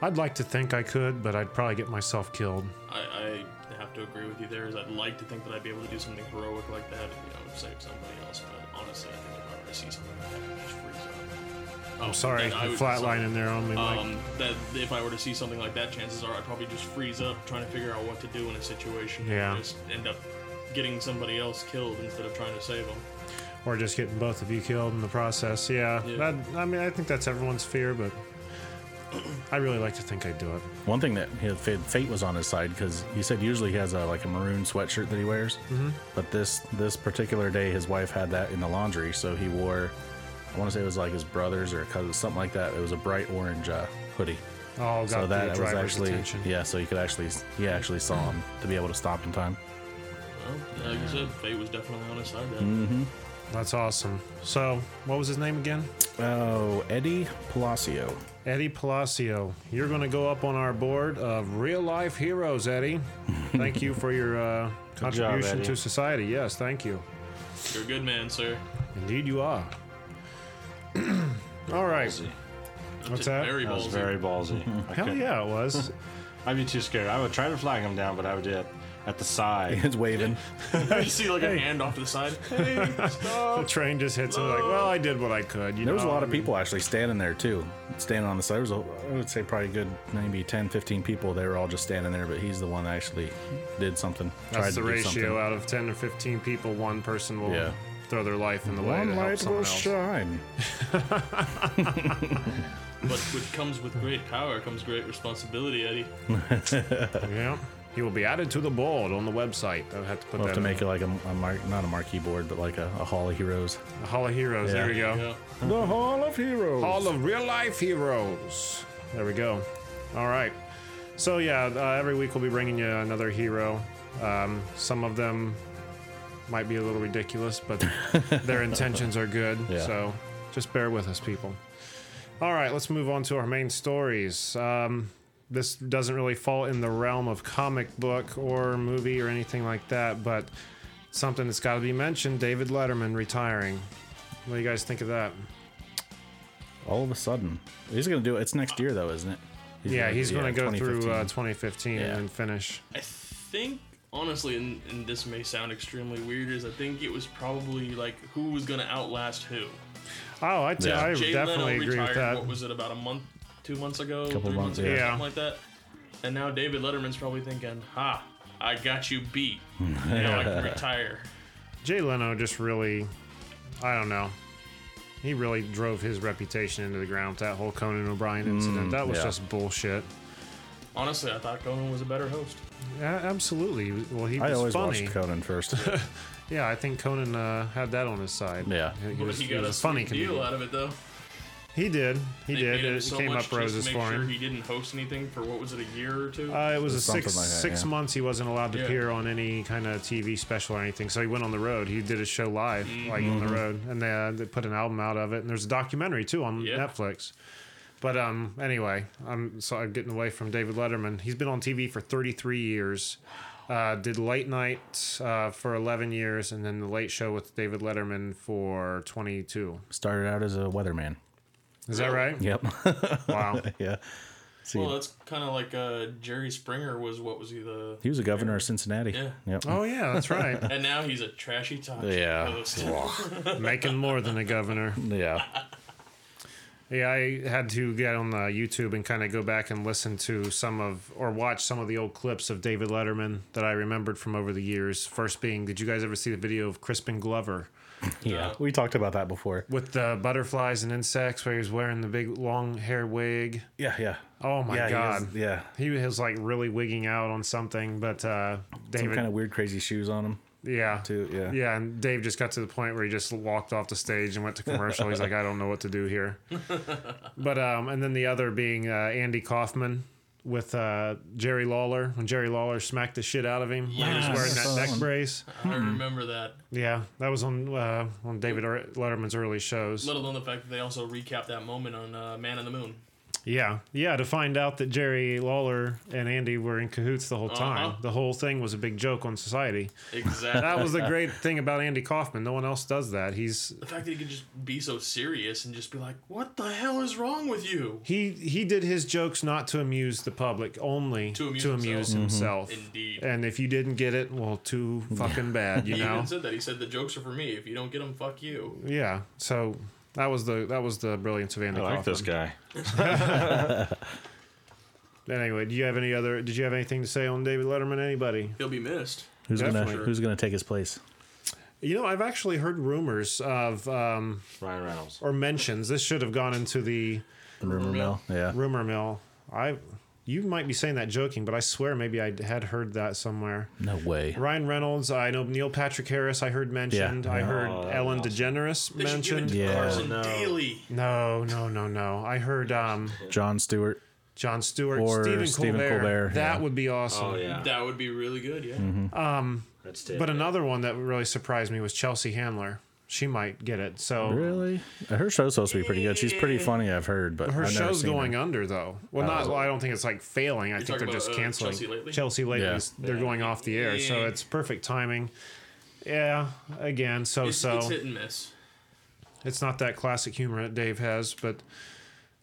B: I'd like to think I could, but I'd probably get myself killed.
D: I, I have to agree with you there. Is I'd like to think that I'd be able to do something heroic like that, and, you know, save somebody else. But honestly, I think if I were to see something like that, I just freeze out. Oh,
B: I'm sorry,
D: and I would-
B: flatline in there on me, Mike.
D: Um, that if I were to see something like that, chances are I'd probably just freeze up, trying to figure out what to do in a situation. and
B: Yeah.
D: Just end up getting somebody else killed instead of trying to save them.
B: or just getting both of you killed in the process. Yeah,
D: Yeah.
B: That, I mean, I think that's everyone's fear, but I really like to think I'd do it.
F: one thing that his fa- fate was on his side because he said usually he has a like a maroon sweatshirt that he wears, but this this particular day his wife had that in the laundry, so he wore. I want to say it was like his brother's or cousin's, something like that. It was a bright orange uh, hoodie.
B: Oh, got
F: so that
B: the
F: was
B: driver's
F: actually
B: attention.
F: yeah. So he could actually he actually saw him to be able to stop in time.
D: Well, like you said, fate was definitely on his side. Then.
B: That's awesome. So, what was his name again?
F: Oh, Eddie Palacio.
B: Eddie Palacio. You're going to go up on our board of real life heroes, Eddie. Thank you for your uh,
C: job,
B: contribution
C: Eddie.
B: to society. Yes, thank you.
D: You're a good man, sir.
B: Indeed, you are. All right.
C: Ballsy.
B: What's that?
D: Very
C: That was
D: ballsy.
C: very ballsy. I
B: Hell
C: couldn't-
B: yeah, it was.
C: I'd be too scared. I would try to flag him down, but I would do it at the side.
F: It's waving.
D: you see like a hand off to the side. Hey,
B: the train just hits him like, well, I did what I could. You
F: There was a
B: know,
F: lot
B: Oh, I
F: of
B: mean-
F: people actually standing there too, standing on the side. There was, a, I would say, probably a good maybe 10, 15 people. They were all just standing there, but he's the one that actually did something.
B: That's the
F: to do
B: ratio.
F: something.
B: Out of 10 or 15 people, one person will
F: Yeah.
B: throw their life in the way to
F: One
B: help
F: light
B: someone
F: will
B: else.
F: shine.
D: But what comes with great power comes great responsibility, Eddie.
B: Yeah. He will be added to the board on the website. I have to put
F: We'll
B: that
F: have to
B: in.
F: make it like a, a mark, not a marquee board, but like a, a hall of heroes.
B: The Hall of Heroes.
F: Yeah.
B: There we go.
D: Yeah.
F: the hall of heroes.
B: Hall of Real Life Heroes. There we go. All right. So yeah, uh, every week we'll be bringing you another hero. Um, some of them might be a little ridiculous, but their intentions are good.
F: Yeah.
B: So just bear with us, people. All right, let's move on to our main stories. Um, this doesn't really fall in the realm of comic book or movie or anything like that, but something that's got to be mentioned: David Letterman retiring. What do you guys think of that?
F: All of a sudden, he's gonna do it. It's next year though, isn't it?
B: Yeah, he's going to go through
F: 2015.
B: uh, 2015
F: Yeah.
B: and then finish.
D: I think honestly, and, and this may sound extremely weird, is I think it was probably like who was gonna outlast who.
B: Oh, I, t-
F: Yeah.
B: I
D: Jay
B: definitely
D: Leno
B: agree
D: retired.
B: with that.
D: What was it about a month, two months ago,
F: Couple
D: three
F: months,
D: months, ago,
B: yeah.
D: something like that. And now David Letterman's probably thinking, "Ha, I got you beat. Now I can retire."
B: Jay Leno just really, I don't know. He really drove his reputation into the ground with that whole Conan O'Brien incident. that was
F: Mm, yeah.
B: just bullshit.
D: Honestly, I thought Conan was a better host.
B: A- absolutely. Well, he
F: I
B: was
F: always
B: funny.
F: watched Conan first.
B: Yeah, I think Conan uh, had that on his side.
F: Yeah.
B: he,
D: But
B: was,
D: he
B: he
D: got
B: was
D: a
B: a funny
D: sweet deal
B: comedian.
D: out of it, though.
B: He did. He
D: They
B: did.
D: paid him
B: It
D: so
B: came
D: much
B: up
D: just to
B: roses
D: make
B: for
D: sure
B: him.
D: He didn't host anything for what was it, a year or two?
B: Uh, it was a
F: Something
B: six
F: like that,
B: six
F: yeah.
B: months. He wasn't allowed to
D: Yeah.
B: appear on any kind of TV special or anything. So he went on the road. He did a show live, like on the
F: Mm-hmm.
B: road, and they, uh, they put an album out of it. And there's a documentary too on
D: Yeah.
B: Netflix. But um, anyway, I'm so I'm getting away from David Letterman. He's been on TV for 33 years. Uh, did late night uh, for 11 years, and then the late show with David Letterman for 22.
F: Started out as a weatherman.
B: Is
D: Oh.
B: that right?
F: Yep.
B: Wow.
F: yeah.
D: Well, that's kind of like uh, Jerry Springer was what was he the?
F: He was a governor of Cincinnati.
D: Yeah.
F: Yep.
B: Oh yeah, that's right.
D: And now he's a trashy talk show
F: Yeah.
D: host.
B: Making more than a governor.
F: Yeah.
B: Yeah, I had to get on uh, YouTube and kind of go back and listen to some of or watch some of the old clips of David Letterman that I remembered from over the years. First being, did you guys ever see the video of Crispin Glover
F: Yeah. We talked about that before.
B: with the butterflies and insects where he was wearing the big long hair wig?
F: Yeah. Yeah.
B: Oh my
F: yeah, he
B: god.
F: has- yeah.
B: He was like really wigging out on something, but uh,
F: Some
B: David,
F: kind of weird, crazy shoes on him.
B: yeah,
F: too, yeah.
B: yeah, and Dave just got to the point where he just walked off the stage and went to commercial. He's like, I don't know what to do here. but um, and then the other being uh, Andy Kaufman with uh, Jerry Lawler when Jerry Lawler smacked the shit out of him when he was
D: Yes.
B: wearing that neck brace.
D: I remember that.
B: Yeah, that was on uh, on David Er- Letterman's early shows.
D: Let alone the fact that they also recapped that moment on uh, Man on the Moon.
B: Yeah, yeah. To find out that Jerry Lawler and Andy were in cahoots the whole time,
D: Uh-huh.
B: the whole thing was a big joke on society.
D: Exactly.
B: That was the great thing about Andy Kaufman. No one else does that. He's
D: the fact that he could just be so serious and just be like, "What the hell is wrong with you?"
B: he he did his jokes not to amuse the public, only to
D: To
B: amuse,
D: amuse
C: Mm-hmm.
B: himself.
D: Indeed.
B: And if you didn't get it, well, too fucking bad, you
D: He
B: know.
D: even said that. He said the jokes are for me. If you don't get them, fuck you.
B: Yeah. So that was the that was the brilliance of Andy.
C: I like
B: Kaufman.
C: this guy.
B: Anyway, do you have any other? Did you have anything to say on David Letterman? Anybody?
D: He'll be missed.
F: Who's
B: Definitely.
F: gonna Who's gonna take his place?
B: You know, I've actually heard rumors of um,
C: Ryan Reynolds.
B: or mentions. This should have gone into the
F: The rumor mill. Yeah.
B: rumor mill. I you might be saying that joking, but I swear maybe I had heard that somewhere.
F: No way.
B: Ryan Reynolds, I know Neil Patrick Harris, I heard mentioned. I heard
D: Oh,
B: Ellen DeGeneres
D: They should give it
B: mentioned.
D: to
F: Yeah.
D: Carson
C: No.
D: Daly.
B: No, no, no, no. I heard um,
F: John Stewart.
B: John Stewart,
F: Or
B: Stephen,
F: Stephen
B: Colbert.
F: Colbert,
B: That
F: yeah.
B: would be awesome.
C: Oh yeah,
D: That would be really good. Yeah.
C: that's it.
B: But another one that really surprised me was Chelsea Handler. She might get it. So
F: Really? Her show's supposed to be pretty good. She's pretty funny. I've heard, but
B: her
F: I've never
B: show's
F: seen Uh,
B: going under though. Well, not. well, I don't think it's like failing. I think they're
D: talking
B: just
D: about, uh,
B: canceling.
D: Chelsea Lately?
B: Chelsea Lately,
F: Yeah.
B: they're going off the air, so
D: Yeah.
B: it's perfect timing. Yeah, again, so
D: It's,
B: so.
D: it's hit and miss.
B: It's not that classic humor that Dave has, but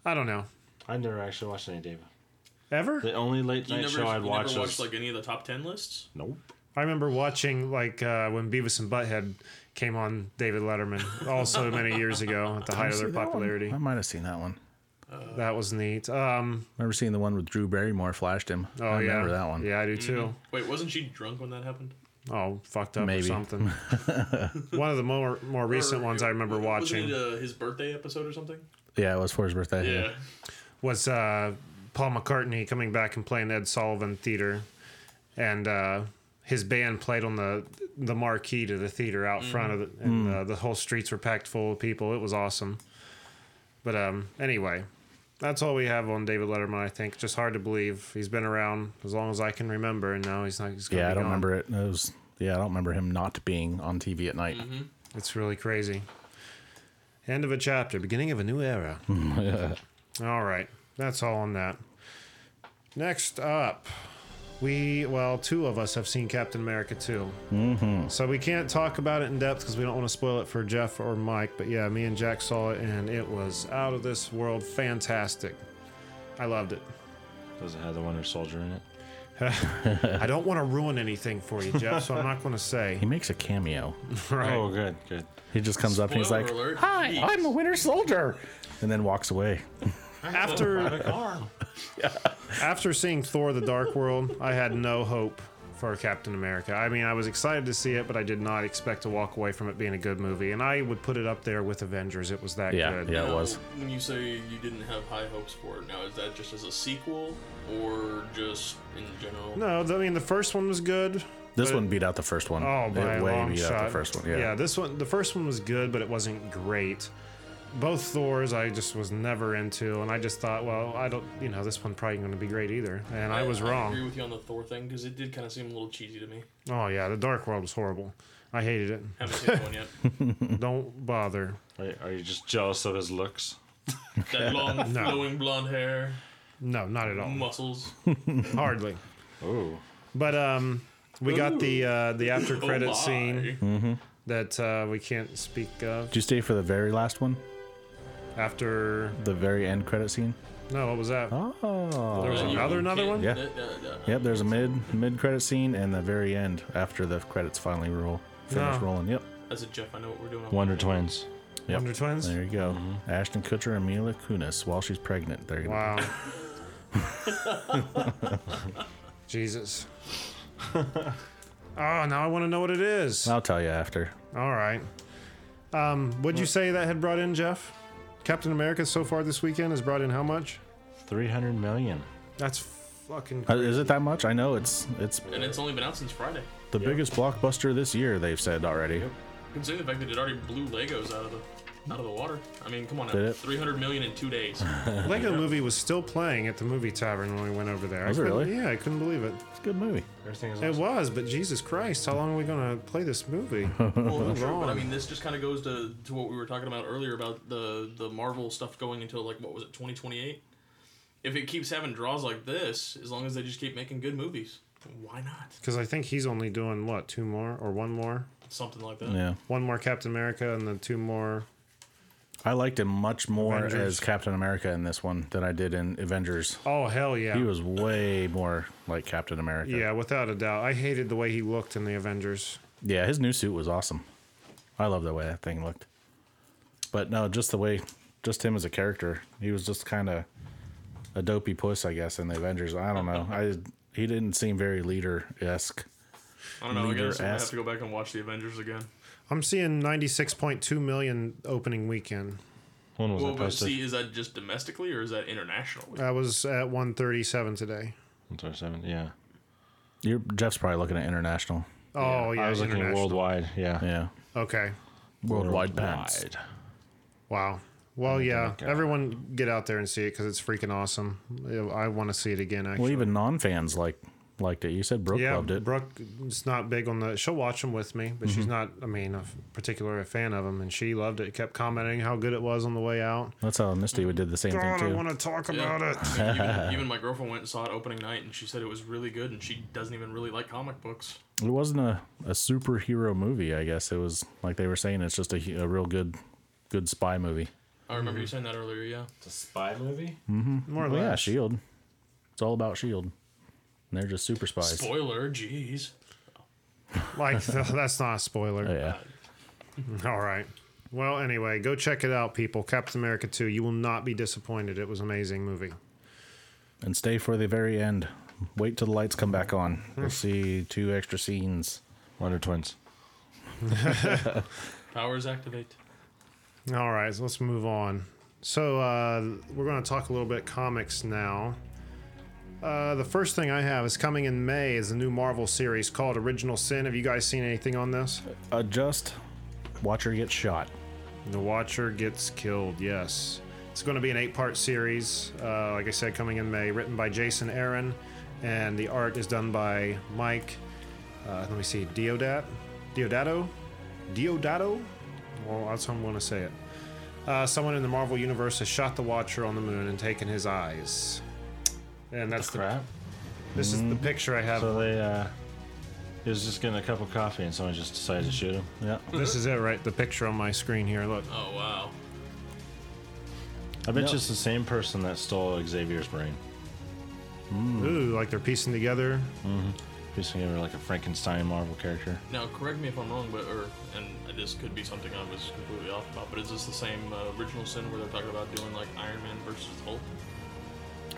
B: I don't know.
C: I never actually watched any David.
B: Ever?
C: The only late
D: You
C: night
D: never,
C: show I'd
D: you
C: watch
D: never
C: was
D: watched like any of the top ten lists.
C: Nope.
B: I remember watching like uh, when Beavis and Butthead came on David Letterman, also many years ago at the height of their popularity.
F: That one. I might have seen that one.
B: That was neat. Um,
F: Remember seeing the one with Drew Barrymore flashed him.
B: oh
F: I
B: yeah,
F: remember that one.
B: Yeah, I do too.
D: Wait, wasn't she drunk when that happened?
B: Oh, fucked up or
F: Maybe.
B: something. one of the more more recent
D: Or-
B: ones I remember
D: wasn't
B: watching
D: it, uh, his birthday episode or something.
F: Yeah, it was for his birthday.
D: Yeah.
B: was uh, Paul McCartney coming back and playing Ed Sullivan Theater, and uh, his band played on the the marquee to the theater out front of the,
F: Mm.
B: and uh, the whole streets were packed full of people. It was awesome. But um, anyway, that's all we have on David Letterman. I think just hard to believe he's been around as long as I can remember, and now he's not. He's gonna
F: Yeah,
B: be
F: I don't
B: gone.
F: remember it. It was. Yeah, I don't remember him not being on TV at night.
B: Mm-hmm. It's really crazy. End of a chapter, beginning of a new era. all right, that's all on that. Next up, we well, two of us have seen Captain America 2. Mm-hmm. So we can't talk about it in depth because we don't want to spoil it for Jeff or Mike. But yeah, me and Jack saw it, and it was out of this world, fantastic. I loved it.
C: Does it have the Winter Soldier in it?
B: I don't want to ruin anything for you, Jeff, so I'm not going to say.
F: He makes a cameo.
B: Right.
C: Oh, good, good.
F: He just comes up and he's
D: Spoiler
F: like,
D: alert,
F: "Hi,
D: please."
F: I'm a Winter Soldier," and then walks away.
B: after after seeing Thor: The Dark World, I had no hope for Captain America. I mean, I was excited to see it, but I did not expect to walk away from it being a good movie. And I would put it up there with Avengers. It was that
F: Yeah,
B: good.
F: yeah, it was.
D: When you say you didn't have high hopes for it, now is that just as a sequel or just in general?
B: No, th- I mean the first one was good.
F: This
B: But-
F: one beat out the first one.
B: Oh,
F: It
B: by a
F: way
B: long
F: beat
B: shot.
F: out the first one. Yeah.
B: this one, the first one was good, but it wasn't great. Both Thors, I just was never into, and I just thought, well, I don't, you know, this one probably going to be great either, and I, was
D: I
B: wrong.
D: agree with you on the Thor thing because it did kind of seem a little cheesy to me.
B: Oh yeah, the Dark World was horrible. I hated it.
D: Haven't seen that one yet.
B: don't bother.
C: Are you, are you just jealous of his looks?
D: That long, flowing blonde hair,
B: Oh. No, not at all.
D: muscles.
B: Hardly.
C: Oh,
B: But um, We got the uh, the after credit
D: my.
B: scene that uh, we can't speak of.
F: Did you stay for the very last one?
B: After
F: The very end credit scene?
B: no, what was that?
F: Oh.
B: There was
D: You
B: another another
D: can't-
B: one.
F: Yeah.
D: uh, uh, uh,
F: Yep, there's a mid mid credit scene and the very end after the credits finally roll finish
B: No.
F: rolling. Yep.
D: I said, Jeff, I know what we're doing.
C: Wonder Twins.
F: Yep.
B: Wonder Twins.
F: There you go. Ashton Kutcher and Mila Kunis while she's pregnant. There you
B: Mm-hmm. Wow. Jesus. oh, now I want to know what it is.
F: go. I'll tell you after.
B: All right. Um, would you say that had brought in Jeff? Captain America so far this weekend has brought in how much?
C: 300 million.
B: That's fucking.
F: Uh,
B: Crazy.
F: Is it that much? I know it's it's
D: And it's only been out since Friday.
F: the biggest blockbuster this year. They've said already.
D: Considering the fact that it already blew Legos out of the out of the water. I mean, come on,
F: Did
D: now.
F: it?
D: 300 million in two days.
B: Lego movie was still playing at the movie tavern when we went over there. I
F: Was it
B: couldn't-
F: really?
B: Yeah, I couldn't believe it.
F: It's a good movie.
C: Everything is
B: It was, but Jesus Christ, how long are we gonna play this movie?
F: Uh-huh.
D: well, true, but I
B: on.
D: mean, this just kind of goes to, to what we were talking about earlier about the the Marvel stuff going until like what was it, 2028? If it keeps having draws like this, as long as they just keep making good movies, why not?
B: Because I think he's only doing what two more or one more,
D: Something like that.
F: Yeah,
B: one more Captain America and then two more.
F: I liked him much more
B: Avengers.
F: as Captain America in this one than I did in Avengers.
B: Oh hell yeah!
F: He was way more like Captain America.
B: yeah, without a doubt. I hated the way he looked in the Avengers.
F: Yeah, his new suit was awesome. I love the way that thing looked. But no, just the way, just him as a character. He was just kind of a dopey puss, I guess, in the Avengers. I don't know. I he didn't seem very leader esque.
D: I don't know. I guess I have
F: ass.
D: to go back and watch the Avengers again.
B: I'm seeing 96.2 million opening weekend.
C: When was
D: Well,
C: it
D: but
C: posted?
D: see, is that just domestically or is that internationally?
B: I was at 137 today.
C: It's our seventh- yeah.
F: You're Jeff's probably looking at international.
B: Oh yeah,
C: I was looking at
B: international.
C: worldwide. Yeah.
F: Yeah,
B: Okay,
F: worldwide, pants.
C: Wide.
B: wow. Well, yeah, everyone get out there and see it because it's freaking awesome. Yeah, I want to see it again. Actually,
F: Well, even non fans like liked it. You said Brooke
B: yeah,
F: loved it. Mm-hmm.
B: Brooke is not big on the. She'll watch them with me, but she's not. I mean, a f- particular fan of them, and she loved it. Kept commenting how good it was on the way out.
F: That's how Misty would did the same
B: God, I
F: thing too.
B: want to talk about it.
D: I mean, even, even my girlfriend went and saw it opening night, and she said it was really good, and she doesn't even really like comic books.
F: It wasn't a, a superhero movie, I guess. It was like they were saying, it's just a, hu- a real good good spy movie.
D: I remember you
F: Mm-hmm.
D: saying that earlier, yeah.
C: It's a spy movie?
B: More or
F: Well, yeah,
B: less.
F: Shield. E It's all about Shield. E And they're just super spies.
D: Spoiler, jeez.
B: Like that's not a
F: Oh,
B: spoiler.
F: yeah,
B: All right. Well, anyway, go check it out, people. Captain America 2. You will not be disappointed. It was an amazing movie.
F: and stay for the very end. Wait till the lights come back on.
B: Hmm.
F: We'll see two extra scenes.
C: Wonder Twins.
D: Powers activate.
B: All right, so let's move on. So uh, we're going to talk a little bit comics now. Uh, the first thing I have is coming in May is a new Marvel series called Original Sin. Have you guys seen anything on this?
F: Adjust. Uh, Watcher gets shot.
B: The Watcher gets killed. Yes, it's going to be an eight-part series. Uh, like I said, coming in May. Written by Jason Aaron, and the art is done by Mike. Uh, let me see, Diodat, Diodato, Diodato. Well, that's how I'm going to say it. Uh, someone in the Marvel universe has shot the Watcher on the moon and taken his eyes. And that's the,
C: Crap.
B: this is the picture I have.
C: So they, uh, he was just getting a cup of coffee and someone just decided to shoot him.
F: Yeah.
B: this is it, right? The picture on my screen here. Look.
D: Oh, wow.
C: I bet you it's the same person that stole Xavier's brain.
B: Ooh, like they're piecing together.
C: He's gonna give her like a Frankenstein Marvel character.
D: Now, correct me if I'm wrong, but or and this could be something I was completely off about, but is this the same uh, original sin where they're talking about doing like Iron Man versus Hulk?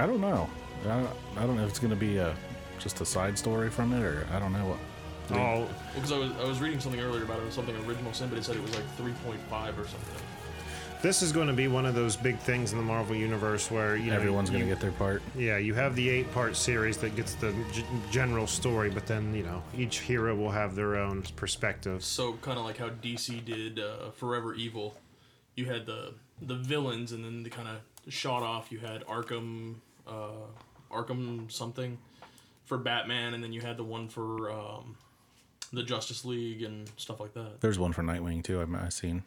F: I don't know. I don't, I don't know if it's gonna be a just a side story from it or I don't know what.
B: Oh,
D: Because I was I was reading something earlier about it, it was something original sin, but it said it was like 3.5 or something.
B: this is going to be one of those big things in the Marvel universe where you know
F: Everyone's gonna
B: you-
F: get their part.
B: Yeah, you have the eight-part series that gets the g- general story, but then you know each hero will have their own perspectives.
D: So kind of like how DC did uh, Forever Evil, you had the the villains, and then the kind of shot off. You had Arkham, uh, Arkham something for Batman, and then you had the one for um, the Justice League and stuff like that.
F: There's one for Nightwing too. I've, I've seen.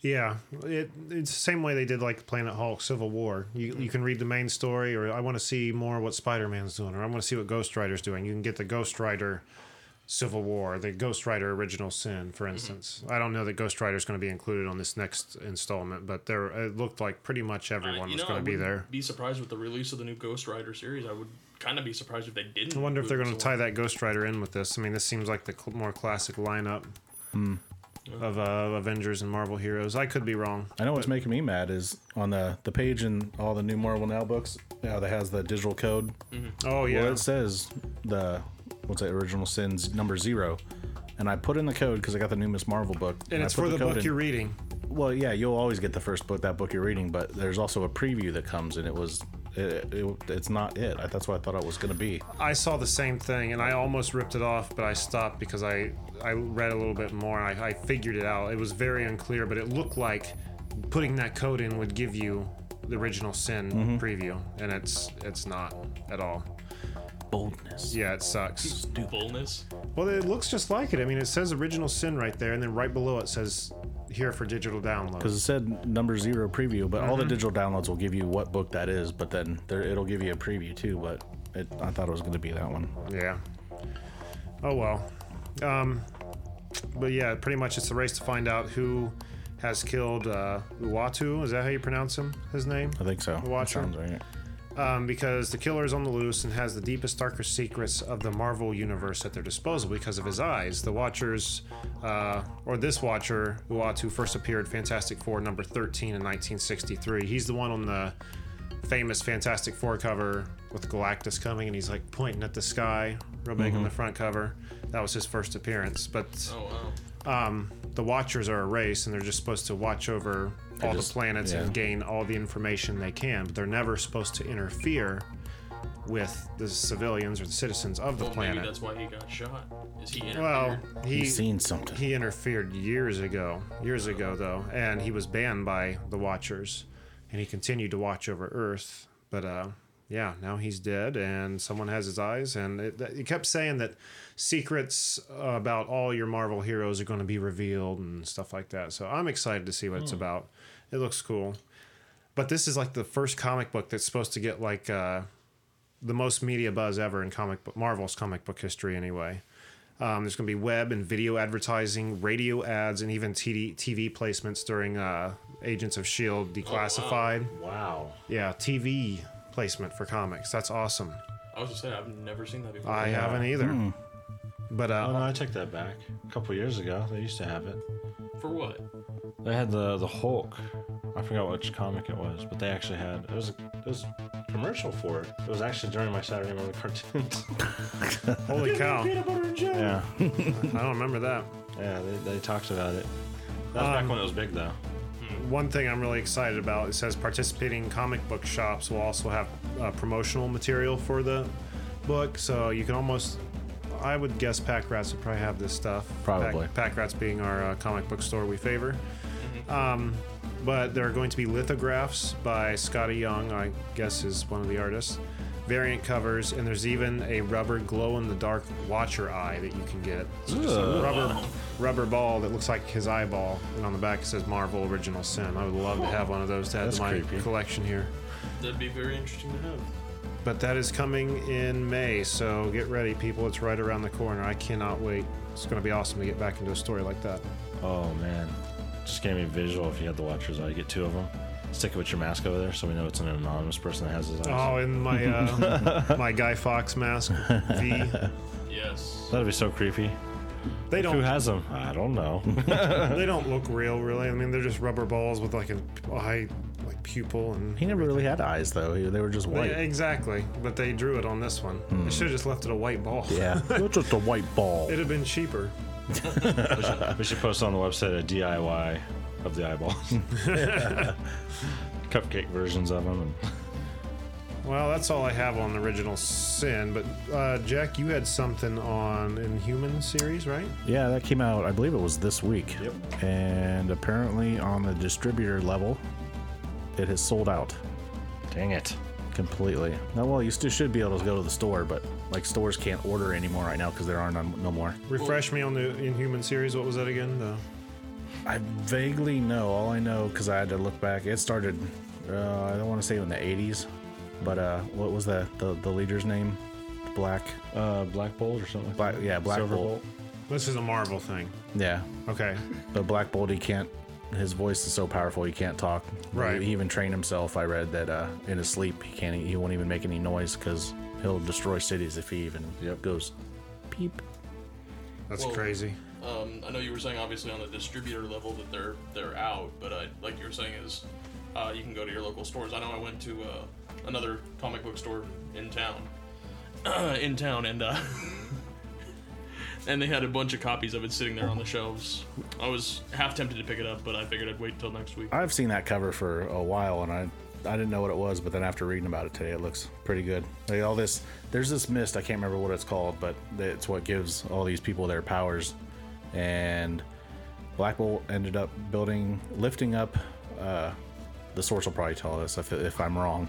B: Yeah, it, it's the same way they did like Planet Hulk, Civil War. You you can read the main story, or I want to see more what Spider-Man's doing, or I want to see what Ghost Rider's doing. You can get the Ghost Rider Civil War, the Ghost Rider Original Sin,
D: Mm-hmm.
B: for instance. I don't know that Ghost Rider is going to be included on this next installment, but there it looked like pretty much
D: I-
B: everyone
D: you
B: was
D: know, I
B: going to be
D: wouldn't
B: there.
D: Be surprised with the release of the new Ghost Rider series. I would kind of be surprised if they didn't.
B: I wonder if they're going to
D: include
B: tie that Ghost Rider in with this. I mean, this seems like the cl- more classic lineup
F: Hmm.
B: of uh, Avengers and Marvel heroes. I could be wrong.
F: I know what's making me mad is on the the page in all the new Marvel Now books uh, that has the digital code.
B: Oh yeah,
F: Well, it says the what's that original sins number zero, and I put in the code because I got the new Miss Marvel book.
B: and
F: I
B: it's
F: put
B: for the
F: code
B: book
F: in.
B: you're reading.
F: Well, yeah, you'll always get the first book that book you're reading, but there's also a preview that comes, and it was it, it, it's not it. I- That's what I thought it was gonna be.
B: I saw the same thing, and I almost ripped it off, but I stopped because I I read a little bit more. And I, I figured it out. It was very unclear, but it looked like putting that code in would give you the original Sin
F: Mm-hmm.
B: preview, and it's it's not at all.
F: Boldness.
B: Yeah, it sucks.
D: Fullness.
B: Well, it looks just like it. I mean, it says original Sin right there, and then right below it says here for digital download.
F: Because it said number zero preview, but all the
B: Mm-hmm.
F: digital downloads will give you what book that is, but then there, it'll give you a preview too. But it, I thought it was gonna be that one.
B: Yeah. Oh well. Um, but yeah, pretty much it's a race to find out who has killed uh, Uatu. Is that how you pronounce him? His name?
F: I think so. That
B: Watcher.
F: sounds right.
B: Um, because the killer is on the loose and has the deepest, darkest secrets of the Marvel universe at their disposal because of his eyes. The Watchers, uh, or this Watcher, Uatu, first appeared Fantastic Four number 13 in 1963. He's the one on the famous Fantastic Four cover with Galactus coming and he's like pointing at the sky, real big on the front cover. That was his first appearance. But
D: Oh wow.
B: um, the Watchers are a race, and they're just supposed to watch over all
F: just-
B: the planets
F: yeah.
B: and gain all the information they can. But they're never supposed to interfere with the civilians or the citizens of the
D: Well, maybe
B: planet.
D: that's why he got shot. Is he interfered?
B: Well, he
F: He's seen something.
B: he interfered years ago, years ago though, and he was banned by the Watchers, and he continued to watch over Earth. But uh, yeah, now he's dead, and someone has his eyes, and it, it kept saying that secrets about all your Marvel heroes are going to be revealed and stuff like that. So I'm excited to see what it's about. It looks cool, but this is like the first comic book that's supposed to get like. Uh, the most media buzz ever in comic book, Marvel's comic book history, anyway. Um, there's going to be web and video advertising, radio ads, and even TD, TV placements during uh, Agents of S.H.I.E.L.D. Declassified.
C: Wow.
B: Yeah, TV placement for comics. That's awesome.
D: I was just saying I've never seen that before.
B: I haven't either. But
C: Oh
B: uh,
C: no, I take that back. A couple years ago, they used to have it.
D: For what?
C: They had the the Hulk. I forgot which comic it was, but they actually had it was a, it was a commercial for it. It was actually during my Saturday morning cartoons.
B: holy cow, I
C: yeah,
B: don't remember that.
C: yeah, they, they talked about it. That was back when it was big though.
B: One thing I'm really excited about it says participating comic book shops will also have uh, promotional material for the book, so you can almost. I would guess Pack Rats would probably have this stuff.
F: Probably.
B: Pack, Pack Rats being our uh, comic book store we favor. Um, but there are going to be lithographs by Scotty Young, I guess is one of the artists, variant covers, and there's even a rubber glow in the dark Watcher eye that you can get. So just a rubber, rubber ball that looks like his eyeball, and on the back it says Marvel Original Sin. I would love to have one of those to add to my collection here.
D: That'd be very interesting to know.
B: But that is coming in May, so get ready, people. It's right around the corner. I cannot wait. It's going to be awesome to get back into a story like that.
C: Oh man, just gave me a visual. If you had the Watchers, I get two of them. Stick it with your mask over there, so we know it's an anonymous person that has his eyes.
B: Oh, and my uh, my Guy Fox mask. V.
D: Yes.
C: That'd be so creepy.
B: They
C: Who
B: don't
C: has them? I don't know.
B: they don't look real, really. I mean, they're just rubber balls with like an eye, like pupil, and
F: He never really had eyes though. He, they were just
B: Yeah,
F: white.
B: exactly. But they drew it on this one. They should have just left it a white ball.
F: Hmm. Yeah, it was just a white ball.
B: it'd have been cheaper.
C: We should post on the website a DIY of the eyeballs. Cupcake versions of them.
B: Well, that's all I have on original sin. But uh, Jack, you had something on Inhuman series, right?
F: Yeah, that came out. I believe it was this week.
C: Yep.
F: And apparently, on the distributor level, it has sold out
C: Dang it.
F: completely. Now, well, you still should be able to go to the store, but like stores can't order anymore right now because there are none no more.
B: Refresh me on the Inhuman series. What was that again? The,
F: I vaguely know. All I know because I had to look back. It started. Uh, I don't want to say in the '80s, but uh, what was the the, the leader's name? Bolt, Black,
C: Uh, Black Bolt or something.
F: Black, yeah, Black
C: Silver
F: Bolt.
C: Bolt.
B: This is a Marvel thing.
F: yeah.
B: Okay.
F: But Black Bolt, he can't. His voice is so powerful, he can't talk.
B: Right.
F: He, he even trained himself. I read that uh, in his sleep, he can't. He won't even make any noise because he'll destroy cities if he even goes peep.
B: That's
D: Well-
B: crazy.
D: Um, I know you were saying obviously on the distributor level that they're they're out, but I, like you were saying is uh, you can go to your local stores. I know I went to uh, another comic book store in town, in town, and uh, and they had a bunch of copies of it sitting there on the shelves. I was half tempted to pick it up, but I figured I'd wait till next week.
F: I've seen that cover for a while, and I I didn't know what it was, but then after reading about it today, it looks pretty good. Like all this, there's this mist. I can't remember what it's called, but it's what gives all these people their powers. And Black Bolt ended up building, lifting up. Uh, the source will probably tell us if, if I'm wrong.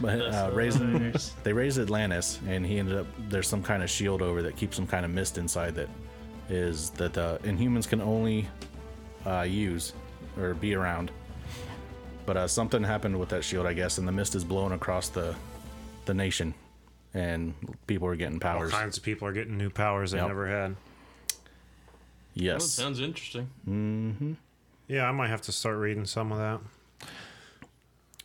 F: But uh, raising, they raised Atlantis, and he ended up. There's some kind of shield over that keeps some kind of mist inside that is that the Inhumans can only uh, use or be around. But uh, something happened with that shield, I guess, and the mist is blowing across the the nation, and people are getting
B: All
F: powers.
B: kinds of people are getting new powers they
F: Yep.
B: never had.
D: Well, it
F: Yes,
D: sounds interesting.
B: Yeah, I might have to start reading some of that.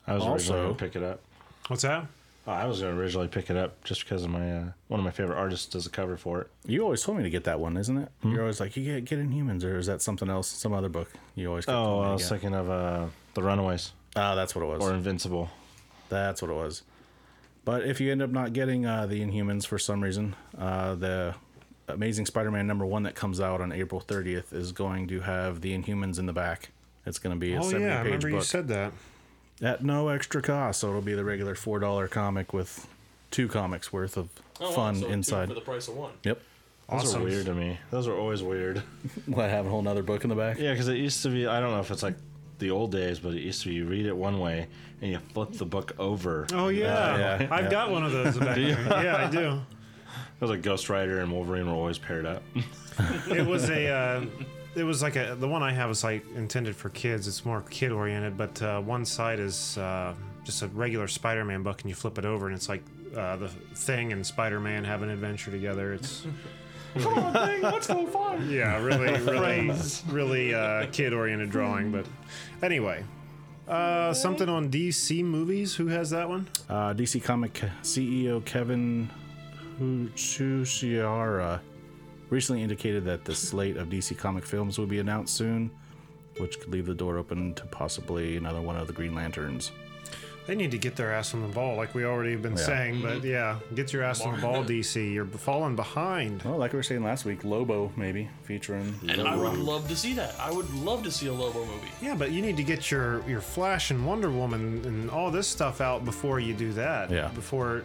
C: I was
F: Also-
C: originally gonna pick it up.
B: What's that?
C: Oh, I was gonna originally pick it up just because of my uh, one of my favorite artists does a cover for it.
F: you always told me to get that one, isn't it?
C: Hmm?
F: You're always like, you get get Inhumans, or is that something else, some other book? You always. kept
C: Oh,
F: telling me
C: I
F: to
C: was
F: get.
C: thinking of uh, the Runaways
F: Ah, that's what it was.
C: or Invincible.
F: That's what it was. But if you end up not getting uh, the Inhumans for some reason, uh, the Amazing Spider-Man number one that comes out on April 30th is going to have the Inhumans in the back. It's going to be a
B: Oh yeah, I
F: 70-page
B: remember
F: book
B: you said that.
F: at no extra cost. So it'll be the regular four dollar comic with two comics worth of
D: Oh, wow,
F: fun
D: so two
F: inside.
D: for the price of one.
F: Yep.
C: Those
B: Awesome.
C: are weird to me. Those are always weird.
F: What have a whole nother book in the back?
C: Yeah, because it used to be. I don't know if it's like the old days, but it used to be you read it one way and you flip the book over.
B: Oh yeah,
F: Uh, yeah,
B: I've got one of those. Back there. Yeah, I do.
C: It was like Ghost Rider and Wolverine were always paired up.
B: it was a uh, it was like a the one i have is like intended for kids it's more kid oriented but uh, one side is uh, just a regular spider-man book and you flip it over and it's like uh, the thing and spider-man have an adventure together it's Come on, thing, what's going on? Yeah, really, really, really uh, kid-oriented drawing. But anyway, uh, something on DC movies. Who has that one?
F: Uh, DC Comic CEO Kevin Huchiara recently indicated that the slate of DC comic films will be announced soon, which could leave the door open to possibly another one of the Green Lanterns.
B: They need to get their ass on the ball, like we already have been saying. But
D: Mm-hmm.
B: yeah, get your ass on the ball, DC. You're falling behind.
F: Well, like we were saying last week, Lobo maybe featuring.
D: And I would love to see that. I would love to see a Lobo movie.
B: Yeah, but you need to get your your Flash and Wonder Woman and all this stuff out before you do that.
F: Yeah.
B: Before,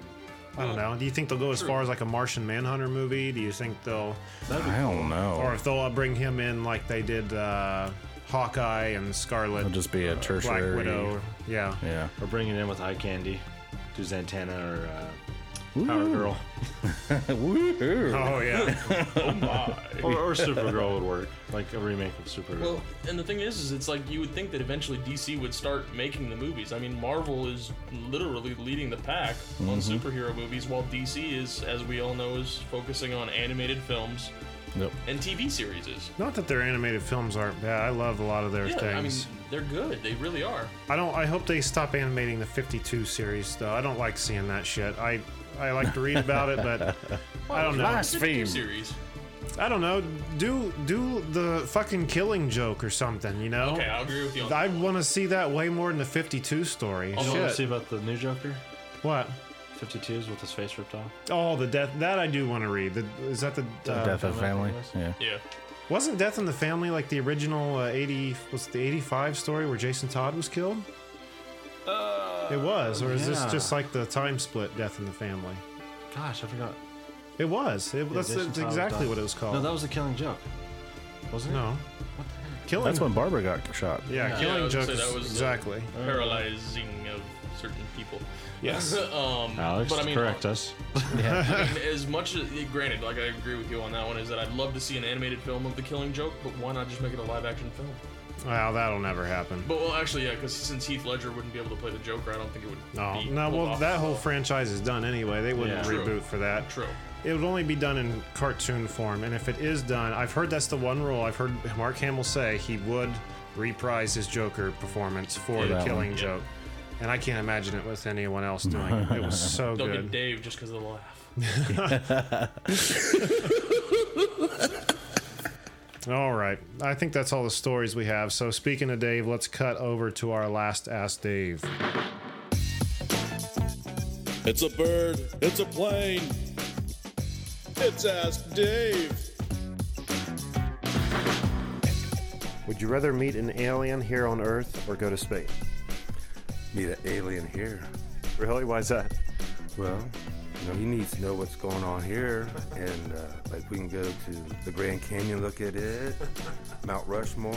B: I
D: Mm.
B: don't know. Do you think they'll go as far as like a Martian Manhunter movie? Do you think they'll,
F: I don't know.
B: or if they'll bring him in like they did uh, Hawkeye and Scarlet,
F: It'll just be a
B: Black
F: tertiary.
B: Widow? Yeah.
F: Yeah.
C: Or bring it in with eye candy, do Zantana or uh, Power Girl
F: Woohoo!
B: Oh yeah.
C: or, or Supergirl would work, like a remake of Supergirl.
D: Well, and the thing is, is it's like you would think that eventually DC would start making the movies. I mean, Marvel is literally leading the pack on
B: Mm-hmm.
D: superhero movies, while DC is, as we all know, is focusing on animated films
F: Yep.
D: and TV series. Yeah,
B: Not that their animated films aren't bad. I love a lot of their
D: I mean,
B: things.
D: they're good. They really are.
B: I don't. I hope they stop animating the 52 series though. I don't like seeing that shit. I I like to read about it, but I don't know.
D: Blaspheme. Series.
B: I don't know. Do do the fucking killing joke or something. You know.
D: Okay, I agree with you. On
B: I want to see that way more than the 52 story.
D: Oh,
C: you know what I see
B: Shit.
C: about the new Joker?
B: What?
C: 52s with his face ripped off.
B: Oh, the death. That I do want to read. The, is that the uh,
F: Death of Family. Yeah.
D: yeah,
B: Wasn't Death in the Family like the original uh, 80? What's the 85 story where Jason Todd was killed?
D: Uh,
B: it was, or is this
C: yeah.
B: just like the time split Death in the Family?
C: Gosh, I forgot.
B: It was. It, that's,
C: Jason
B: that's
C: Todd was
B: exactly
C: done.
B: what it was called.
C: No, that was the Killing Joke, wasn't it?
B: No. Killing.
F: That's when Barbara got shot.
B: Yeah,
D: Yeah, I
B: killing
D: would say
B: joke.
D: that
B: is-
D: was, uh,
B: exactly.
D: paralyzing of certain people.
B: Yes.
D: um,
C: Alex,
D: but I mean,
C: correct us.
D: And as much as granted, like I agree with you on that one, is that I'd love to see an animated film of The Killing Joke, but why not just make it a live action film?
B: Well, that'll never happen.
D: But well, actually, yeah, because since Heath Ledger wouldn't be able to play the Joker, I don't think it would.
B: No,
D: be
B: no.
D: pulled
B: Well,
D: off
B: that
D: as
B: whole
D: well.
B: franchise is done anyway. They wouldn't
C: Yeah.
D: True.
B: reboot for that.
D: True.
B: It would only be done in cartoon form, and if it is done, I've heard that's the one rule. I've heard Mark Hamill say he would reprise his Joker performance for the
F: that
B: Killing
F: one.
B: Joke, and I can't imagine it with anyone else doing it. It was so
D: They'll
B: good.
D: get Dave just because of the laugh.
B: All right. I think that's all the stories we have. So, speaking of Dave, let's cut over to our last Ask Dave.
G: It's a bird. It's a plane. It's Ask Dave.
J: Would you rather meet an alien here on Earth or go to space?
H: Meet an alien here.
J: Really? Why is that?
H: Well, you know, he needs to know what's going on here, and uh, like we can go to the Grand Canyon, look at it, Mount Rushmore,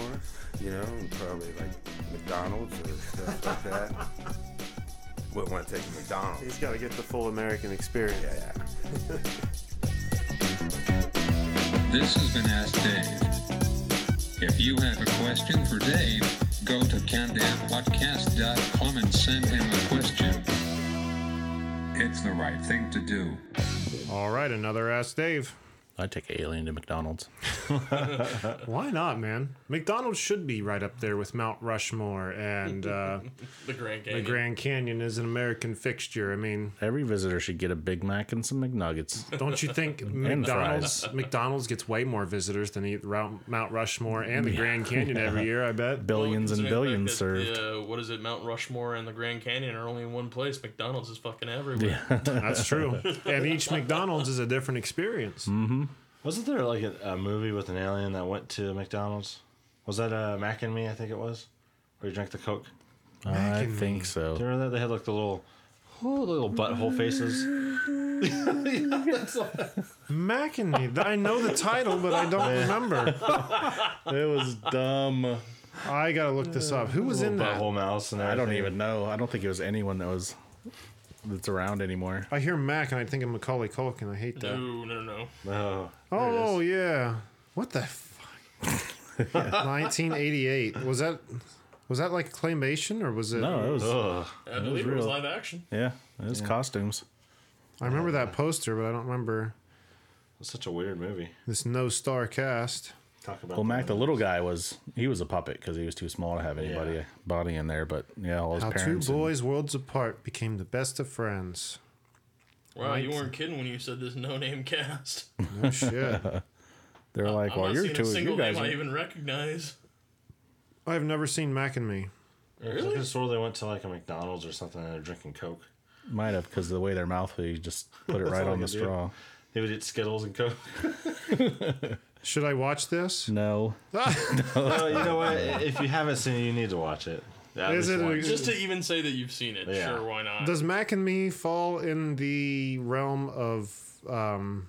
H: you know, and probably like McDonald's or stuff like that. Wouldn't want to take a McDonald's.
J: He's got to get the full American experience.
H: Yeah.
I: This has been Ask Dave. If you have a question for Dave, go to candairpodcast.com and send him a question. It's the right thing to do.
B: All right. Another Ask Dave.
F: I'd take Alien to McDonald's.
B: Why not, man? McDonald's should be right up there with Mount Rushmore, and uh,
D: The Grand Game.
B: the Grand Canyon is an American fixture. I mean,
F: Every visitor should get a Big Mac and some McNuggets.
B: don't you think McDonald's McDonald's gets way more visitors than the Rou- Mount Rushmore and the Grand Canyon every year? I bet.
F: Billions and billions served.
D: Yeah, uh, what is it? Mount Rushmore and the Grand Canyon are only in one place. McDonald's is fucking everywhere.
B: That's true. And each McDonald's is a different experience.
F: Mm.
C: Wasn't there like a, a movie with an alien that went to McDonald's? Was that uh, Mac and Me? I think it was. Where he drank the Coke.
F: I think so.
C: Do you remember that they had like the little, oh, little butthole faces?
B: Mac and me. I know the title, but I don't remember.
F: It was dumb.
B: I gotta look this up. Who was in that?
C: Butthole mouse and
F: I
C: everything.
F: don't even know. I don't think it was anyone that was that's around anymore.
B: I hear Mac and I think of Macaulay Culkin. I hate that.
D: No, no, no.
C: No.
B: oh yeah. What the fuck? 1988. Was that was that like claymation or was it?
F: No, it was.
C: Oh, Ugh.
D: I believe it was
F: real.
D: live action.
F: Yeah, it was costumes.
B: I remember that poster, but I don't remember
C: That's such a weird movie.
B: this no star cast.
C: Talk about.
F: Well, Mac, the little guy, was he was a puppet because he was too small to have anybody
C: Yeah.
F: body in there. But yeah, all his
B: How two
F: parents. and-
B: boys worlds apart became the best of friends.
D: Wow, you weren't kidding when you said this no-name cast.
B: No Oh, shit.
F: they're like,
D: I'm
F: well,
D: not
F: you're
D: seeing
F: two.
D: a single
F: You guys.
D: name I
F: are-"
D: even recognize.
B: I've never seen Mac and me.
C: Really? I just swore they went to like a McDonald's or something and they're drinking Coke.
F: Might have because the way their mouth, you just put it right
C: all
F: on
C: you
F: the
C: do.
F: straw.
C: They would eat Skittles and Coke.
B: Should I watch this?
F: No,
C: oh, you know what? If you haven't seen it, you need to watch it. At
B: Is
C: least
B: it a-
C: once.
D: Just to even say that you've seen it,
C: Yeah.
D: sure, why not?
B: Does Mac and Me fall in the realm of um,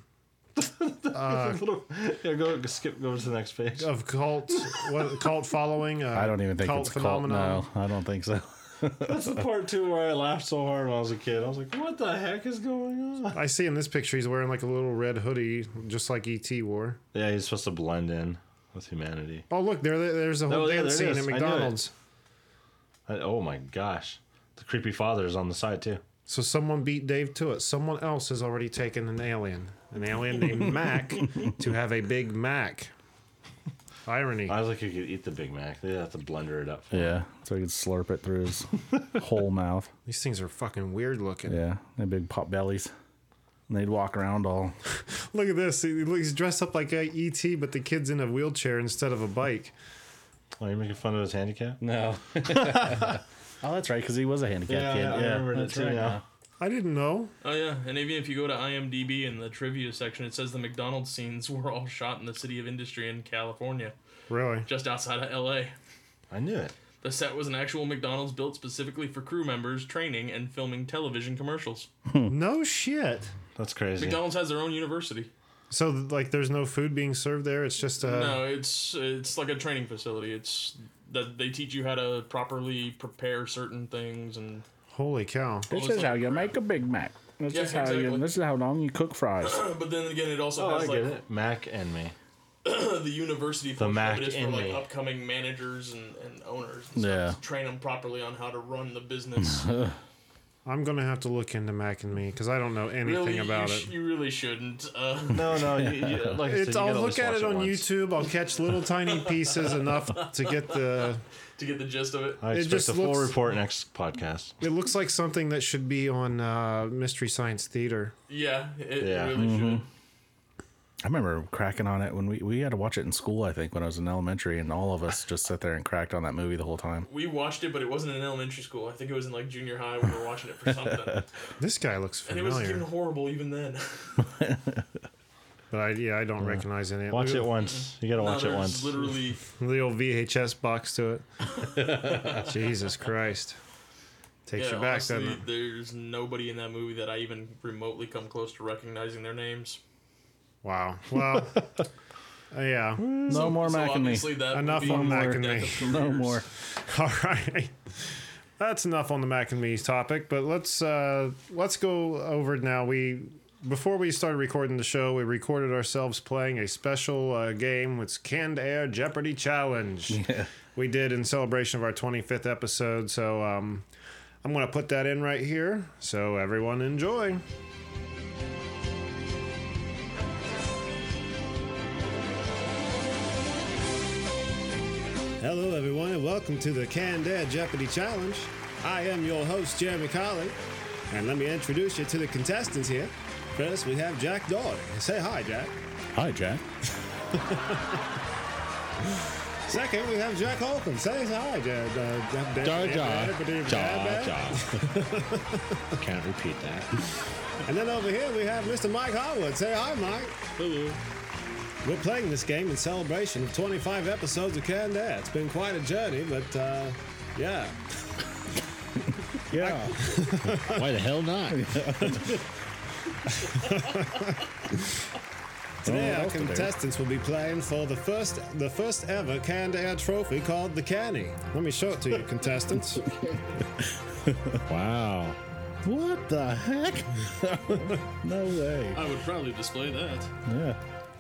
C: Little- yeah, go skip go to the next page.
B: of cult what, cult following? Uh,
F: I don't even think it's called. No, I don't think so.
C: That's the part too where I laughed so hard when I was a kid. I was like, "What the heck is going on?"
B: I see in this picture he's wearing like a little red hoodie, just like ET wore.
C: Yeah, he's supposed to blend in with humanity.
B: Oh look, there there's a whole
C: Oh, yeah,
B: dance
C: there it
B: scene at
C: is. I knew it.
B: McDonald's.
C: I, oh my gosh, the creepy father is on the side too.
B: So someone beat Dave to it. Someone else has already taken an alien, an alien named Mac, to have a Big Mac. Irony.
C: I was like, "You could eat the Big Mac. They have to blender it up."
F: Yeah, so he could slurp it through his whole mouth.
B: These things are fucking weird looking.
F: Yeah, they big pop bellies. And they'd walk around all.
B: Look at this. He- look, He's dressed up like a ET, but the kid's in a wheelchair instead of a bike.
C: Oh, you're making fun of his handicap?
F: No. oh, that's right, because he was a handicapped
C: Yeah,
F: kid.
C: yeah, I remember that
F: that's
C: too
F: right
C: now.
B: I didn't know.
D: Oh yeah, and even if you go to IMDb in the trivia section, it says the McDonald's scenes were all shot in the city of industry in California,
B: Really?
D: just outside of L.A.
C: I knew it.
D: The set was an actual McDonald's built specifically for crew members training and filming television commercials.
B: No shit.
C: That's crazy.
D: McDonald's has their own university.
B: So like, there's no food being served there. It's just uh,
D: No, it's it's like a training facility. It's that they teach you how to properly prepare certain things and
B: holy cow.
F: This
D: it's
F: is how you make a Big Mac. This
D: Yeah,
F: is how you.
D: exactly.
F: This is how long you cook fries.
D: but then again it also
C: Oh, I
D: has
C: get
D: like
C: it. Mac and me.
D: of the university
C: The
D: portion
C: Mac
D: of it is for
C: in
D: like
C: me.
D: upcoming managers and, and owners. And stuff,
F: Yeah.
D: to train them properly on how to run the business.
B: I'm gonna have to look into Mac and Me because I don't know anything
D: really,
B: about
D: you,
B: it.
D: sh- you really shouldn't. Uh,
C: No, no. You, you, like I said,
B: It's,
C: you
B: I'll
C: gotta
B: look
C: least
B: at
C: watch
B: it on
C: once.
B: YouTube. I'll catch little tiny pieces enough to get the.
D: to get the gist of it.
C: I
B: It
C: expect
B: just
C: a full
B: looks-
C: report next podcast.
B: It looks like something that should be on uh, Mystery Science Theater.
D: Yeah, it
C: Yeah.
D: really should.
F: I remember cracking on it when we, we had to watch it in school, I think, when I was in elementary, and all of us just sat there and cracked on that movie the whole time.
D: We watched it, but it wasn't in elementary school. I think it was in like junior high. We were watching it for something,
B: This guy looks
D: and it was even
B: familiar,
D: horrible even then.
B: but I, yeah, I don't recognize any.
C: Watch
B: Look
C: it
B: at
C: once. You gotta
D: No,
C: watch it
D: there's
C: once.
D: Literally,
B: The old VHS box to it. Jesus Christ, takes
D: yeah,
B: you back, doesn't
D: honestly,
B: it?
D: there's nobody in that movie that I even remotely come close to recognizing their names.
B: Wow. Well, uh, yeah.
F: No
D: Mm.
F: more
D: So
F: Mac and me.
D: obviously that
B: Enough
D: would be
B: on Mac
D: the
B: and
D: death
B: me.
D: of
F: No
D: careers.
F: more.
B: All right. That's enough on the Mac and Me topic, but let's uh, let's go over it now. We before we started recording the show, we recorded ourselves playing a special uh, game. It's Canned Air Jeopardy Challenge. We did in celebration of our 25th episode. So um, I'm going to put that in right here. So everyone enjoy. Hello, everyone, and welcome to the Canned Air Jeopardy Challenge. I am your host, Jeremy Colley, and let me introduce you to the contestants here. First, we have Jack Doherty. Say hi, Jack.
F: Hi, Jack.
B: Second, we have Jack Holcomb. Say hi, uh, Jack.
G: Ja, ja.
C: Can't repeat that.
B: And then over here, we have Mr. Mike Harwood. Say hi, Mike. We're playing this game in celebration of 25 episodes of Canned Air. It's been quite a journey, but uh, yeah.
F: Yeah.
G: Why the hell not?
B: Today, our
F: else to do?
B: contestants will be playing for the first the first ever canned air trophy called the Canny. Let me show it to you, contestants.
G: wow.
F: What the heck? no way.
D: I would probably display that.
F: Yeah.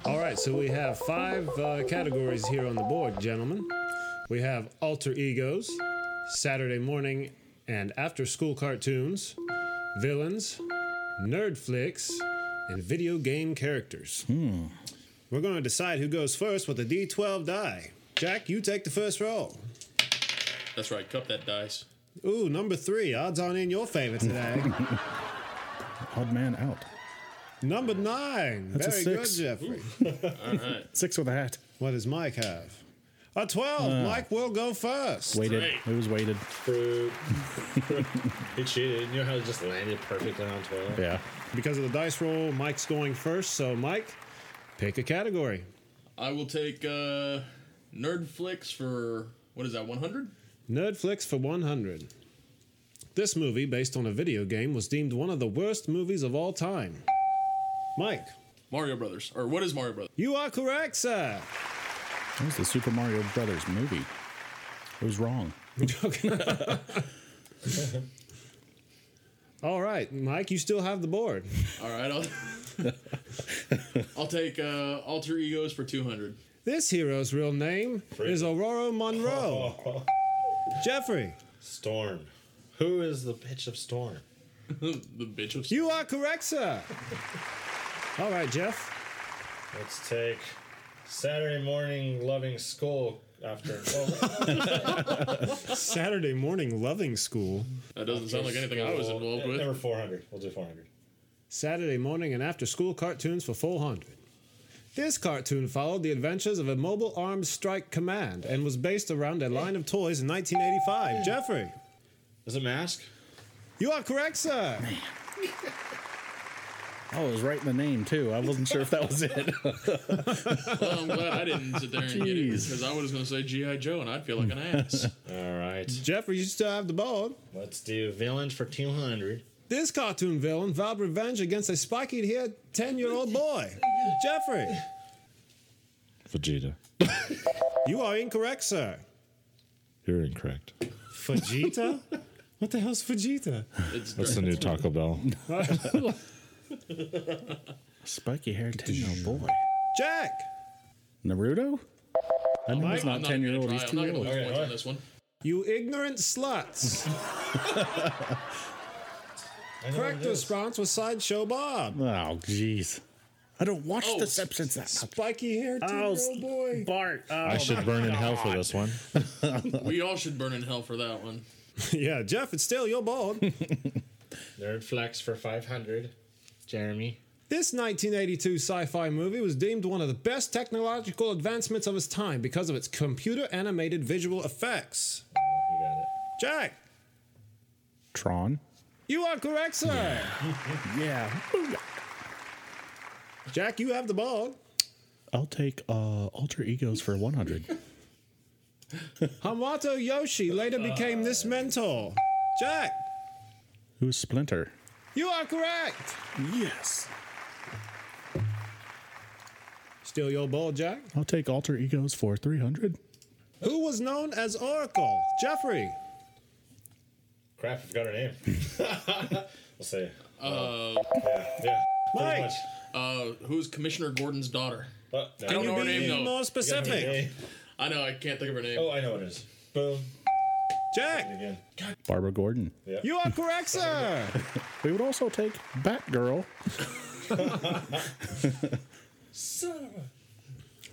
B: All right, so we have five uh, categories here on the board, gentlemen. We have alter egos, Saturday morning and after school cartoons, villains, nerd flicks, and video game characters. We're going to decide who goes first with a D12 die. Jack, you take the first roll.
D: That's right. Cup that dice.
B: Ooh, number three. Odds on in your favor today.
F: Odd man out.
B: number nine.
F: That's a
B: Very
F: six.
B: good, Jeffrey.
D: All right.
F: Six with a hat.
B: What does Mike have? A 12.
F: Uh.
B: Mike will go first.
F: Weighted.
D: Great.
F: It was weighted.
C: he cheated. You know how it just landed perfectly on twelve.
F: Yeah.
B: Because of the dice roll, Mike's going first. So, Mike, pick a category.
D: I will take uh, nerd flicks for what is that? One hundred.
B: Nerdflix for 100. This movie, based on a video game, was deemed one of the worst movies of all time. Mike,
D: Mario Brothers, or what is Mario Brothers?
B: you are correct, sir.
F: That was the Super Mario Brothers movie. It was wrong.
B: all right, Mike, you still have the board.
D: All right, I'll, I'll take uh, alter egos for two hundred.
B: This hero's real name is Aurora Monroe. Jeffrey,
C: Storm. Who is the bitch of Storm?
D: the bitch of
B: you are correct, sir. All right, Jeff.
C: Let's take Saturday morning loving school after.
B: Saturday morning loving school.
D: That doesn't sound like anything I was involved with.
C: Number four hundred. We'll do four hundred.
B: Saturday morning and after school cartoons for 400. This cartoon followed the adventures of a mobile arms strike command and was based around a line of toys in 1985. Jeffrey,
C: Is it mask?
B: you are correct, sir.
F: Oh, it was right in the name too. I wasn't sure if that was it.
D: Well, I'm glad I didn't sit there and get it
F: Jeez.
D: because I was going to say GI Joe, and I'd feel like an ass.
C: All right.
B: Jeffrey, you still have the board.
C: Let's do villain for two hundred.
B: This cartoon villain vowed revenge against a spiky-haired 10-year-old boy. Jeffrey,
G: Vegeta.
B: you are incorrect, sir.
G: You're incorrect.
B: Vegeta? what the hell's Vegeta?
D: It's
G: That's the new Taco Bell.
F: Spiky haired ten year old Oh, boy.
B: Jack,
F: Naruto? I know he's
D: I'm
F: not ten year old.
D: gonna
F: He's
D: try- I'm not
F: too
D: gonna
F: old.
D: lose points on this one.
B: You ignorant sluts! Correct response was Sideshow Bob.
F: Oh, jeez. I don't watch
D: Oh,
F: The Simpsons that much.
B: Spiky hair, two year old boy.
F: Bart.
C: I should burn in hell for this one.
D: We all should burn in hell for that one.
B: yeah, Jeff, it's still your bald.
K: Nerd Flex for 500. Jeremy.
B: This 1982 sci fi movie was deemed one of the best technological advancements of its time because of its computer animated visual effects.
K: You got it.
B: Jack,
F: Tron.
B: you are correct, sir.
F: Yeah.
B: Jack, you have the ball.
F: I'll take uh, alter egos for one hundred.
B: Hamato Yoshi later became this mentor. Jack,
F: Who's Splinter?
B: you are correct.
F: Yes.
B: Still your ball, Jack.
F: I'll take alter egos for three hundred.
B: Who was known as Oracle? Jeffrey.
K: Crap, I forgot her name. we'll see.
D: Uh,
K: Yeah, yeah. Pretty
B: Mike,
K: much.
D: uh, who's Commissioner Gordon's daughter?
K: Oh, no.
D: I don't know
B: can
D: her
B: you be
D: name though.
B: more specific?
D: I know I can't think of her name.
K: Oh, I know what it is. Boom.
B: Jack,
K: Again.
F: Barbara Gordon.
B: you are correct, sir.
F: We would also take Batgirl.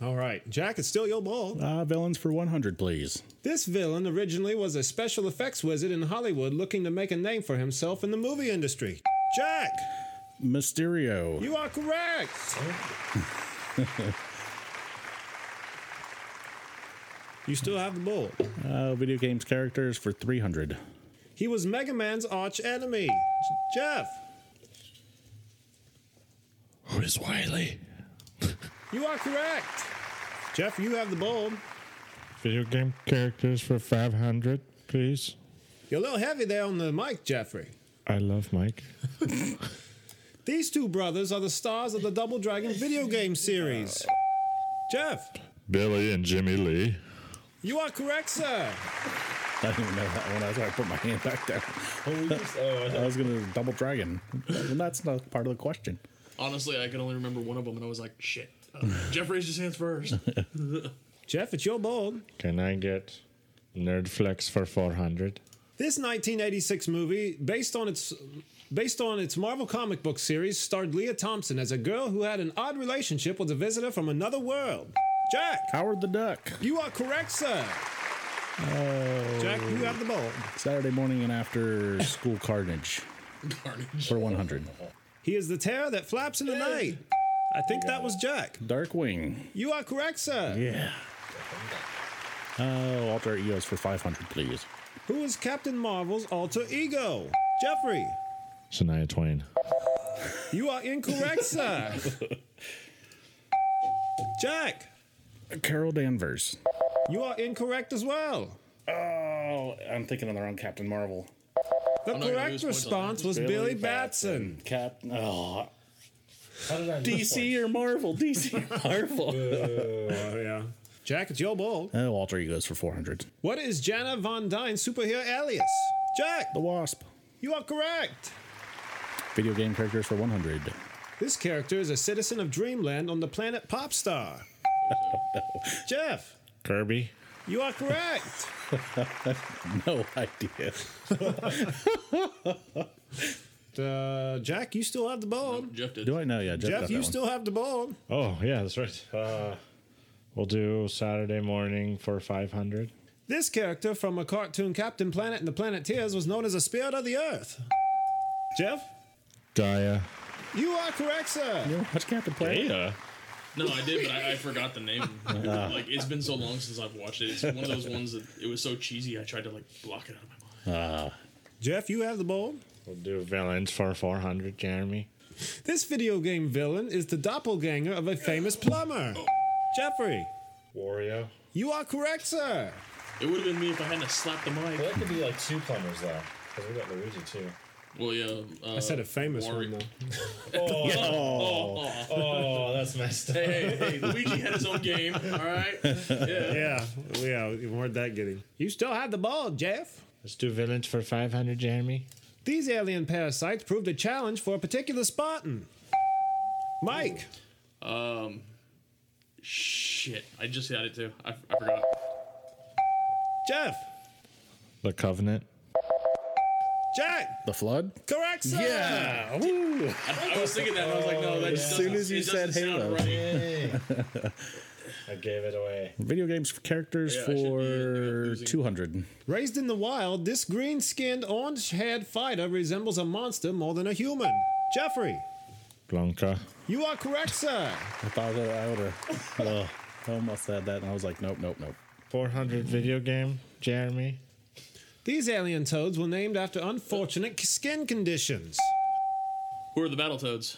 B: All right, Jack, it's still your ball.
F: Uh, villains for one hundred, please.
B: This villain originally was a special effects wizard in Hollywood looking to make a name for himself in the movie industry. Jack,
F: Mysterio.
B: you are correct. you still have the ball.
F: Uh, video games characters for three hundred.
B: He was Mega Man's arch enemy. J- Jeff,
C: Who is Wiley?
B: you are correct. Jeff, you have the ball.
G: Video game characters for 500, please.
B: You're a little heavy there on the mic, Jeffrey.
G: I love Mike.
B: These two brothers are the stars of the Double Dragon video game series. Jeff,
G: Billy and Jimmy Lee.
B: you are correct, sir.
F: I didn't even know that one. That's why I put my hand back down. oh, I was gonna double dragon. And that's not part of the question.
D: Honestly, I could only remember one of them, and I was like, shit. Uh, Jeff raised his hands first.
B: Jeff, it's your ball.
G: Can I get Nerdflex for 400?
B: This 1986 movie, based on its based on its Marvel comic book series, starred Leah Thompson as a girl who had an odd relationship with a visitor from another world. Jack,
F: Howard the Duck.
B: you are correct, sir. Jack, you have the ball.
F: Saturday morning and after school carnage
D: Carnage.
F: for 100.
B: He is the terror that flaps in the night. I think that was Jack.
F: Darkwing.
B: You are correct, sir.
F: Yeah. Oh, alter egos for 500, please.
B: Who is Captain Marvel's alter ego? Jeffrey,
G: Shania Twain.
B: you are incorrect, sir. Jack,
F: Carol Danvers.
B: you are incorrect as well.
F: Oh, I'm thinking of the wrong Captain Marvel.
B: The
D: not gonna
B: correct
D: lose points on
B: response
D: that.
B: was Billy Batson.
F: Cap. Oh,
K: How did I miss
F: DC or Marvel? DC or Marvel?
B: Oh, yeah. Jack, it's your ball.
F: oh, alter egos for 400.
B: What is Jana Von Dyne's superhero alias? Jack,
F: The Wasp.
B: you are correct.
F: Video game characters for 100.
B: This character is a citizen of Dreamland on the planet Popstar. Jeff,
G: Kirby.
B: you are correct.
F: No idea.
B: uh, Jack, you still have the ball.
D: Oh, Jeff did.
F: Do I know? Yeah, Jeff,
B: Jeff,
F: got
B: you
F: that one.
B: still have the ball.
G: Oh, yeah, that's right. Uh, we'll do Saturday morning for 500.
B: This character from a cartoon Captain Planet and the Planeteers was known as a spirit of the Earth. Jeff,
G: Gaia.
B: you are correct, sir.
F: You don't watch Captain Planet?
D: uh.
G: Gaia?
D: No, I did, but I, I forgot the name. like, it's been so long since I've watched it. It's one of those ones that it was so cheesy, I tried to, like, block it out of my mind.
B: Jeff, you have the ball.
G: We'll do villains for 400, Jeremy.
B: This video game villain is the doppelganger of a famous plumber. Jeffrey,
K: Wario.
B: you are correct, sir.
F: Oh,
D: It would have been me if I hadn't slapped the
K: Well,
D: mic.
K: that could be like two plumbers, though. Because we got Luigi, too.
D: Well, yeah. Uh,
B: I said a famous
D: Wario.
B: one, though.
K: Oh, that's messed up.
D: Hey, hey, Luigi had his own game, all right? Yeah.
B: Yeah, yeah, where'd that get him? You still have the ball, Jeff.
G: Let's do villains for 500, Jeremy.
B: These alien parasites proved a challenge for a particular Spartan. Mike,
D: Shit, I just had it too. I, I forgot.
B: Jeff.
F: The Covenant.
B: Jack.
F: The Flood?
B: Correct, sir.
F: Yeah. Woo.
D: I was thinking that and I was like, no, that
F: As
D: just
F: soon
D: doesn't-
F: as you
D: it doesn't
F: said Halo.
D: sound right.
K: I gave it away.
F: Video games for characters
D: Yeah, I should be, uh,
F: for
D: losing.
F: 200.
B: Raised in the wild, this green skinned, orange haired fighter resembles a monster more than a human. Jeffrey,
K: Blanca.
B: you are correct, sir.
F: I thought that I would have. Uh, I almost said that, and I was like, nope, nope, nope.
K: 400 video game, Jeremy.
B: These alien toads were named after unfortunate skin conditions.
D: Who are the battle toads?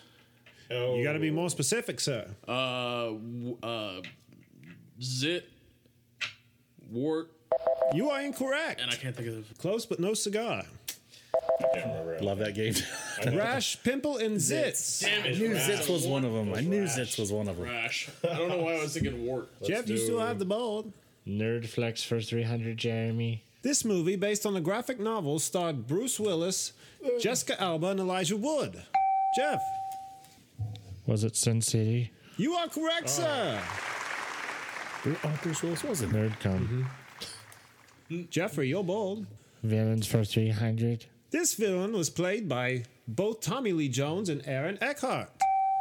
K: Oh.
B: You gotta be more specific, sir.
D: Uh, w- uh, Zit, Wart,
B: You are incorrect.
D: and I can't think of the.
B: Close but no cigar.
F: Love that game.
B: Rash, pimple, and zits.
D: Damn
F: I
D: it,
F: knew
D: Rash.
F: Zitz was one of them. I knew Zitz was one of them.
D: Rash. I don't know why I was thinking Wart.
B: Jeff, you still have the bold.
K: Nerd Flex for 300, Jeremy.
B: This movie, based on the graphic novel, starred Bruce Willis, Jessica Alba, and Elijah Wood. Jeff,
K: Was it Sin City?
B: you are correct, sir.
F: Oh, Bruce Willis was in there.
K: Nerdcom.
B: Jeffrey, you're bold.
K: Villains for 300.
B: This villain was played by both Tommy Lee Jones and Aaron Eckhart.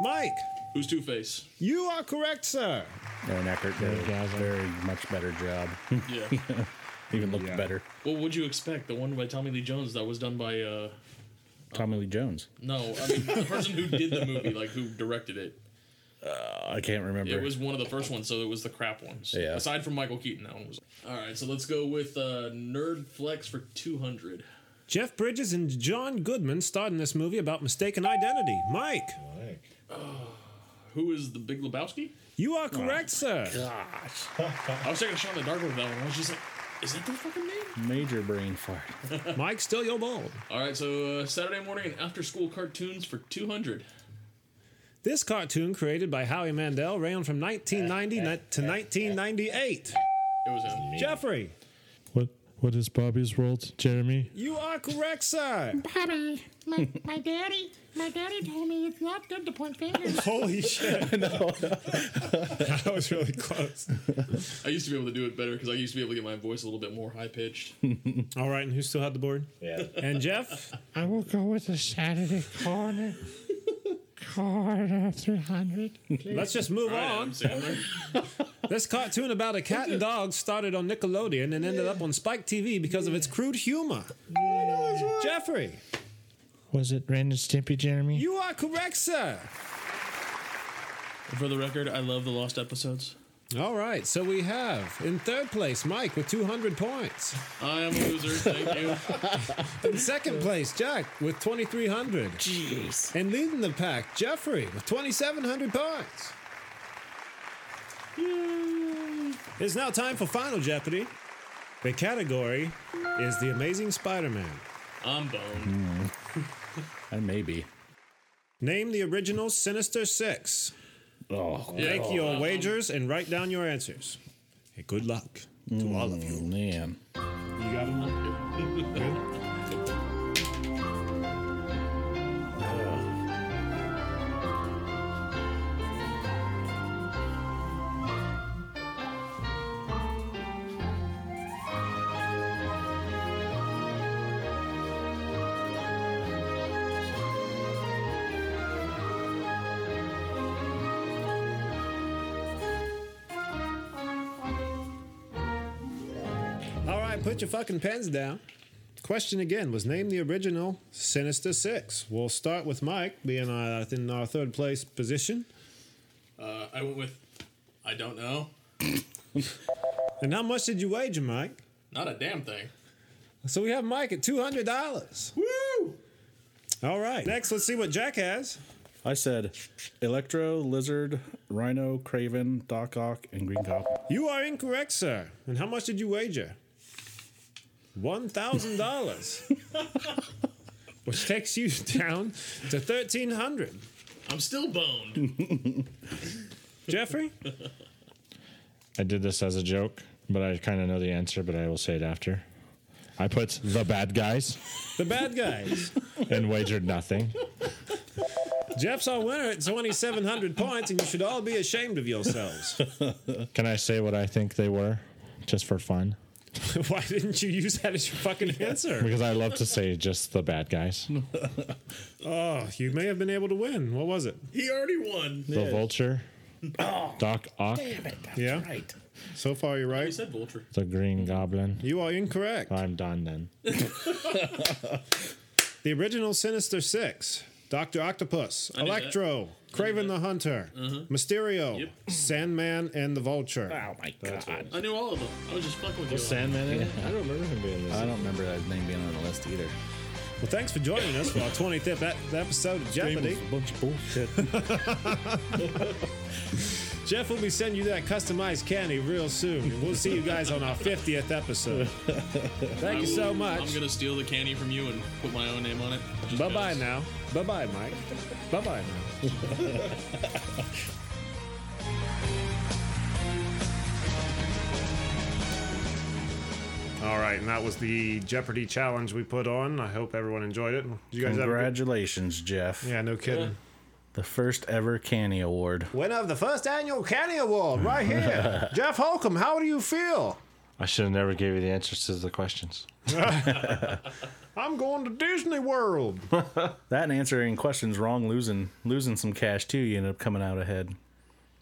B: Mike,
D: Who's Two Face?
B: you are correct, sir.
F: Aaron Eckert did a
K: Orgasm.
F: very much better job.
D: Yeah.
F: Even looked better.
D: what would you expect? The one by Tommy Lee Jones that was done by uh.
F: Tommy Lee Jones.
D: No, I mean the person who did the movie, like who directed it.
F: I can't remember.
D: It was one of the first ones, so it was the crap ones.
F: Yeah.
D: Aside from Michael Keaton, that one was. All right, so let's go with uh, Nerd Flex for two hundred.
B: Jeff Bridges and John Goodman starred in this movie about mistaken identity. Mike,
K: Mike.
D: Who is the Big Lebowski?
B: you are correct, sir.
D: I was taking a shot in the dark with that one. I was just like, is that the fucking name?
F: Major brain fart.
B: Mike, still your bold.
D: All right, so uh, Saturday morning and after school cartoons for two hundred.
B: This cartoon, created by Howie Mandel, ran from 1990 ni- to 1998.
D: It was him.
B: Jeffrey,
K: What, what is Bobby's World, Jeremy?
B: you are correct, sir.
L: Bobby, my, my daddy, my daddy told me it's not good to point fingers.
B: Holy shit. that was really close.
D: I used to be able to do it better because I used to be able to get my voice a little bit more high pitched.
B: All right, and who still had the board?
K: Yeah.
B: And Jeff?
K: I will go with the Saturday corner. corner 300.
B: Let's just move on.
D: Oh,
B: This cartoon about a cat and dog started on Nickelodeon and ended up on Spike TV because of its crude humor. Jeffrey,
K: Was it Ren and Stimpy, Jeremy?
B: you are correct, sir.
D: For the record, I love the lost episodes.
B: All right, so we have in third place Mike with 200 points.
D: I am a loser. Thank you.
B: In second place, Jack with 2,300. Jeez. And leading the pack, Jeffrey with 2,700 points. It's now time for Final Jeopardy. The category is The Amazing Spider Man.
D: I'm boned.
F: I may be.
B: Name the original Sinister Six.
F: Oh,
D: Yeah.
B: Make your wagers and write down your answers. Hey, good luck to all of you.
F: man.
B: All right, put your fucking pens down. Question again was name the original Sinister Six. We'll start with Mike being uh, in our third place position.
D: Uh, I went with. I don't know.
B: And how much did you wager, Mike?
D: Not a damn thing.
B: So we have Mike at two hundred dollars.
D: Woo!
B: All right. Next, let's see what Jack has.
F: I said Electro, Lizard, Rhino, Craven, Doc Ock, and Green Goblin.
B: You are incorrect, sir. And how much did you wager? One thousand dollars. Which takes you down to thirteen hundred.
D: I'm still boned.
B: Jeffrey?
K: I did this as a joke, but I kind of know the answer, but I will say it after. I put the bad guys
B: The bad guys.
K: and wagered nothing.
B: Jeff's our winner at 2,700 points, and you should all be ashamed of yourselves.
M: Can I say what I think they were, just for fun?
B: Why didn't you use that as your fucking answer?
M: Because I love to say just the bad guys.
B: Oh, you may have been able to win. What was it?
D: He already won.
M: The vulture, Doc Ock,
B: yeah. So far, you're right. You
D: said vulture.
M: the green goblin.
B: You are incorrect.
M: I'm done then.
B: The original Sinister Six. Doctor Octopus,
N: knew that. Uh-huh.
B: Electro, Craven the Hunter, Mysterio, Sandman, and the Vulture.
D: Oh my
B: That's
D: god. I knew all of them. I was just fucking with you. all.
M: I don't remember him being
F: I don't remember that name being on the list either.
B: Well, thanks for joining us for our 25th e- episode of Jeopardy.
F: bunch of bullshit.
B: Jeff will be sending you that customized candy real soon. and We'll see you guys on our 50th episode. Thank you
D: I
B: so
D: will-
B: much.
D: I'm gonna steal the candy from you and put my own name on it. Just
B: Bye bye
D: because.
B: now. Bye bye, Mike. Bye bye now.
N: All right, and that was the Jeopardy challenge we put on. I hope everyone enjoyed it. Did you guys have a good-
F: Congratulations, Jeff.
N: Yeah, no kidding.
F: The first ever Canny Award.
B: Winner of the first annual Candy Award, right here. Jeff Holcomb, how do you feel?
C: I should have never gave you the answers to the questions.
B: I'm going to Disney World.
F: That and answering questions wrong, losing losing some cash too. You end up coming out ahead.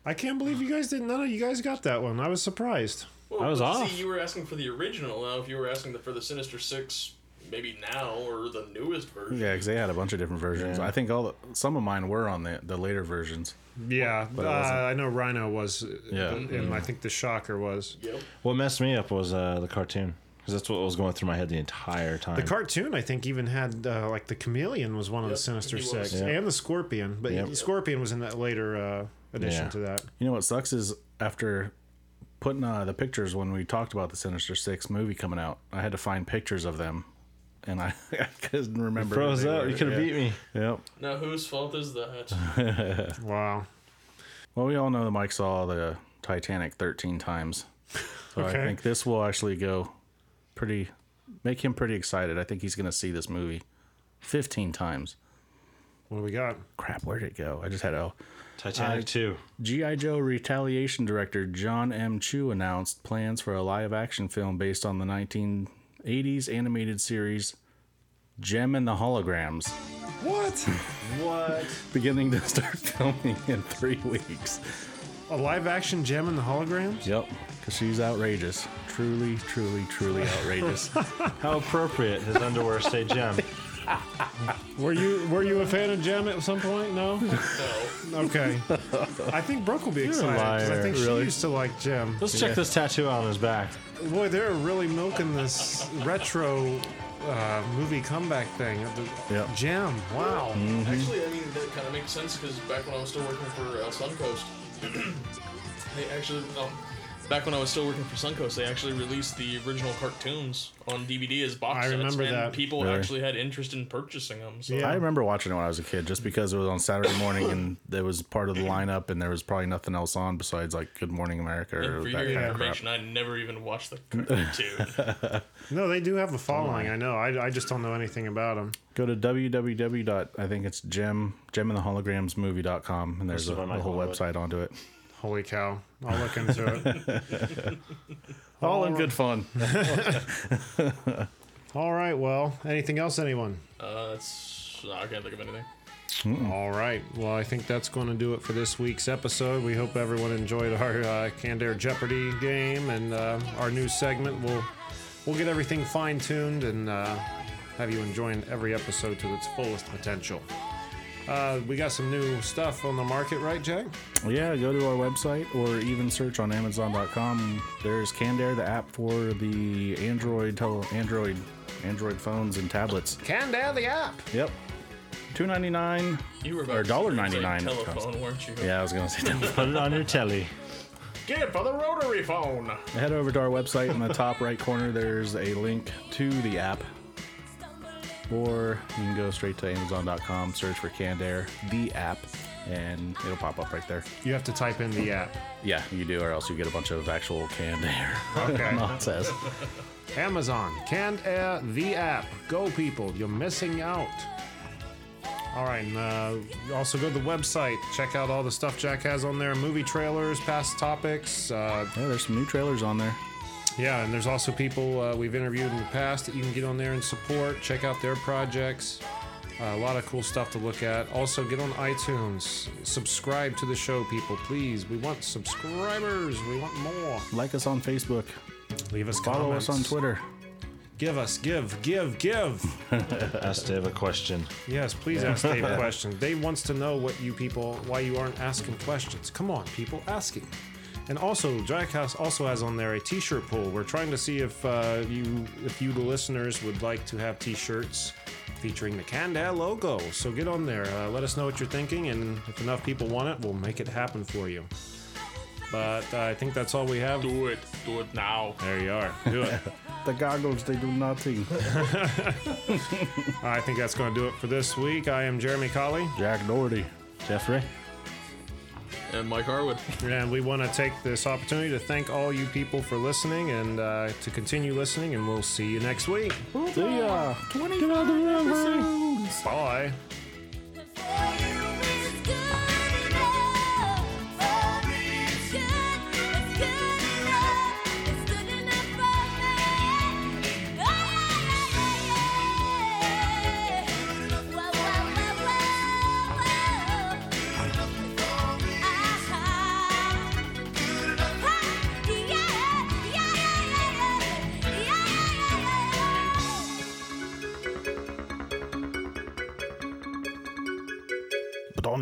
B: I can't believe you guys didn't. None of you guys got that one. I was surprised.
D: Well, but See, you were asking for the original. Now, if you were asking for the Sinister Six, maybe now or the newest version.
F: Yeah, because they had a bunch of different versions. I think all the, some of mine were on the the later versions.
B: Yeah,
F: But
B: uh,
F: it wasn't.
B: I know Rhino was.
F: Yeah.
B: Yeah, and I think the Shocker was.
C: What messed me up was uh, the cartoon because that's what was going through my head the entire time.
B: The cartoon, I think, even had uh, like the Chameleon was one of the Sinister
C: he was.
B: Six,
C: Yeah.
B: and the Scorpion. But
C: Yep.
B: the Scorpion was in that later uh, addition
F: Yeah.
B: to that.
F: You know what sucks is after putting uh, the pictures when we talked about the Sinister Six movie coming out, I had to find pictures of them, and I, I couldn't remember. who
C: froze
F: they
C: up.
F: were.
C: You coulda
F: Yeah.
C: beat me.
F: Yep.
D: Now, whose fault is that?
B: wow.
F: Well, we all know that Mike saw the Titanic 13 times. So
B: Okay.
F: I think this will actually go pretty, make him pretty excited. I think he's going to see this movie 15 times.
B: What do we got?
F: Crap, where'd it go? I just had a.
C: Titanic
F: Uh,
C: 2.
F: G.I. Joe retaliation director John M. Chu announced plans for a live action film based on the 1980s animated series Gem and the Holograms.
B: What?
C: what?
F: beginning to start filming in three weeks.
B: A live action gem in the holograms?
F: Yep, because she's outrageous. Truly, truly, truly outrageous.
C: How appropriate his underwear say gem.
B: Were you were you a fan of Gem at some point? No. No. Okay. I think Brooke will be
C: You're a
B: excited 'cause I
C: liar,
B: think she
C: really.
B: used to like Gem.
C: Let's check this tattoo out on his back.
B: Boy, they're really milking this retro uh, movie comeback thing.
F: Yep.
B: Gem. Wow.
D: Actually, I mean that kind of makes sense because back when I was still working for uh, Suncoast, they actually um, back when I was still working for Suncoast, they actually released the original cartoons on DVD as box
B: I
D: sets,
B: remember
D: and
B: that.
D: people
F: Really?
D: actually had interest in purchasing them. So
F: I remember watching it when I was a kid just because it was on Saturday morning and there was part of the lineup and there was probably nothing else on besides like Good Morning America or that
D: for your
F: kind of crap.
D: information, I never even watched the cartoon.
B: No, they do have a following. I know. I, I just don't know anything about them.
F: Go to www. dot I think it's gem gem and the holograms movie.com and there's a,
B: Hosted by
F: a
B: Michael
F: whole
B: Wood.
F: website onto it.
B: Holy cow! I'll look into it.
F: All in good fun.
B: All right. Well, anything else, anyone?
D: uh, that's I can't think of anything.
B: All right. Well, I think that's going to do it for this week's episode. We hope everyone enjoyed our uh, Canned Air Jeopardy game and uh, our new segment. We'll we'll get everything fine tuned and uh, have you enjoying every episode to its fullest potential. Uh, we got some new stuff on the market, right, Jack?
F: Yeah, go to our website or even search on Amazon.com. There's Candair, the app for the Android tele- Android Android phones and tablets.
B: Canned Air, the app.
F: Yep. Two ninety nine
D: You were about
F: or
D: to say it
F: dollar
D: was
F: ninety nine.
D: like telephone, weren't you?
F: Yeah, I was gonna say telephone.
C: Put it on your telly.
D: Get it for the rotary phone.
F: Head over to our website in the top right corner. There's a link to the app, or you can go straight to Amazon.com, search for Candair the app, and it'll pop up right there.
B: You have to type in the app.
F: Yeah, you do, or else you get a bunch of actual Candair
B: Okay.
F: nonsense.
B: Amazon, Canned Air, the app. Go, people. You're missing out. All right. And, uh, also go to the website. Check out all the stuff Jack has on there movie trailers, past topics. Uh,
L: yeah, there's some new trailers on there.
B: Yeah, and there's also people uh, we've interviewed in the past that you can get on there and support. Check out their projects. Uh, a lot of cool stuff to look at. Also, get on iTunes. Subscribe to the show, people, please. We want subscribers. We want more.
L: Like us on Facebook.
B: Leave us
L: Follow
B: comments.
L: us on Twitter.
B: Give us, give, give, give.
O: ask Dave a question.
B: Yes, please ask Dave a question. Dave wants to know what you people, why you aren't asking questions. Come on, people, ask him. And also, Dragcast also has on there a T-shirt pool. We're trying to see if uh, you, if you, the listeners, would like to have T-shirts featuring the Candat logo. So get on there. Uh, let us know what you're thinking, and if enough people want it, we'll make it happen for you. But uh, I think that's all we have.
D: Do it. Do it now.
B: There you are. Do it.
L: the goggles, they do nothing.
B: I think that's going to do it for this week. I am Jeremy Colley.
L: Jack Doherty.
O: Jeffrey.
D: And Mike Harwood.
B: And we want to take this opportunity to thank all you people for listening and uh, to continue listening, and we'll see you next week.
L: See ya.
P: 25 episodes.
B: Bye.
L: Put on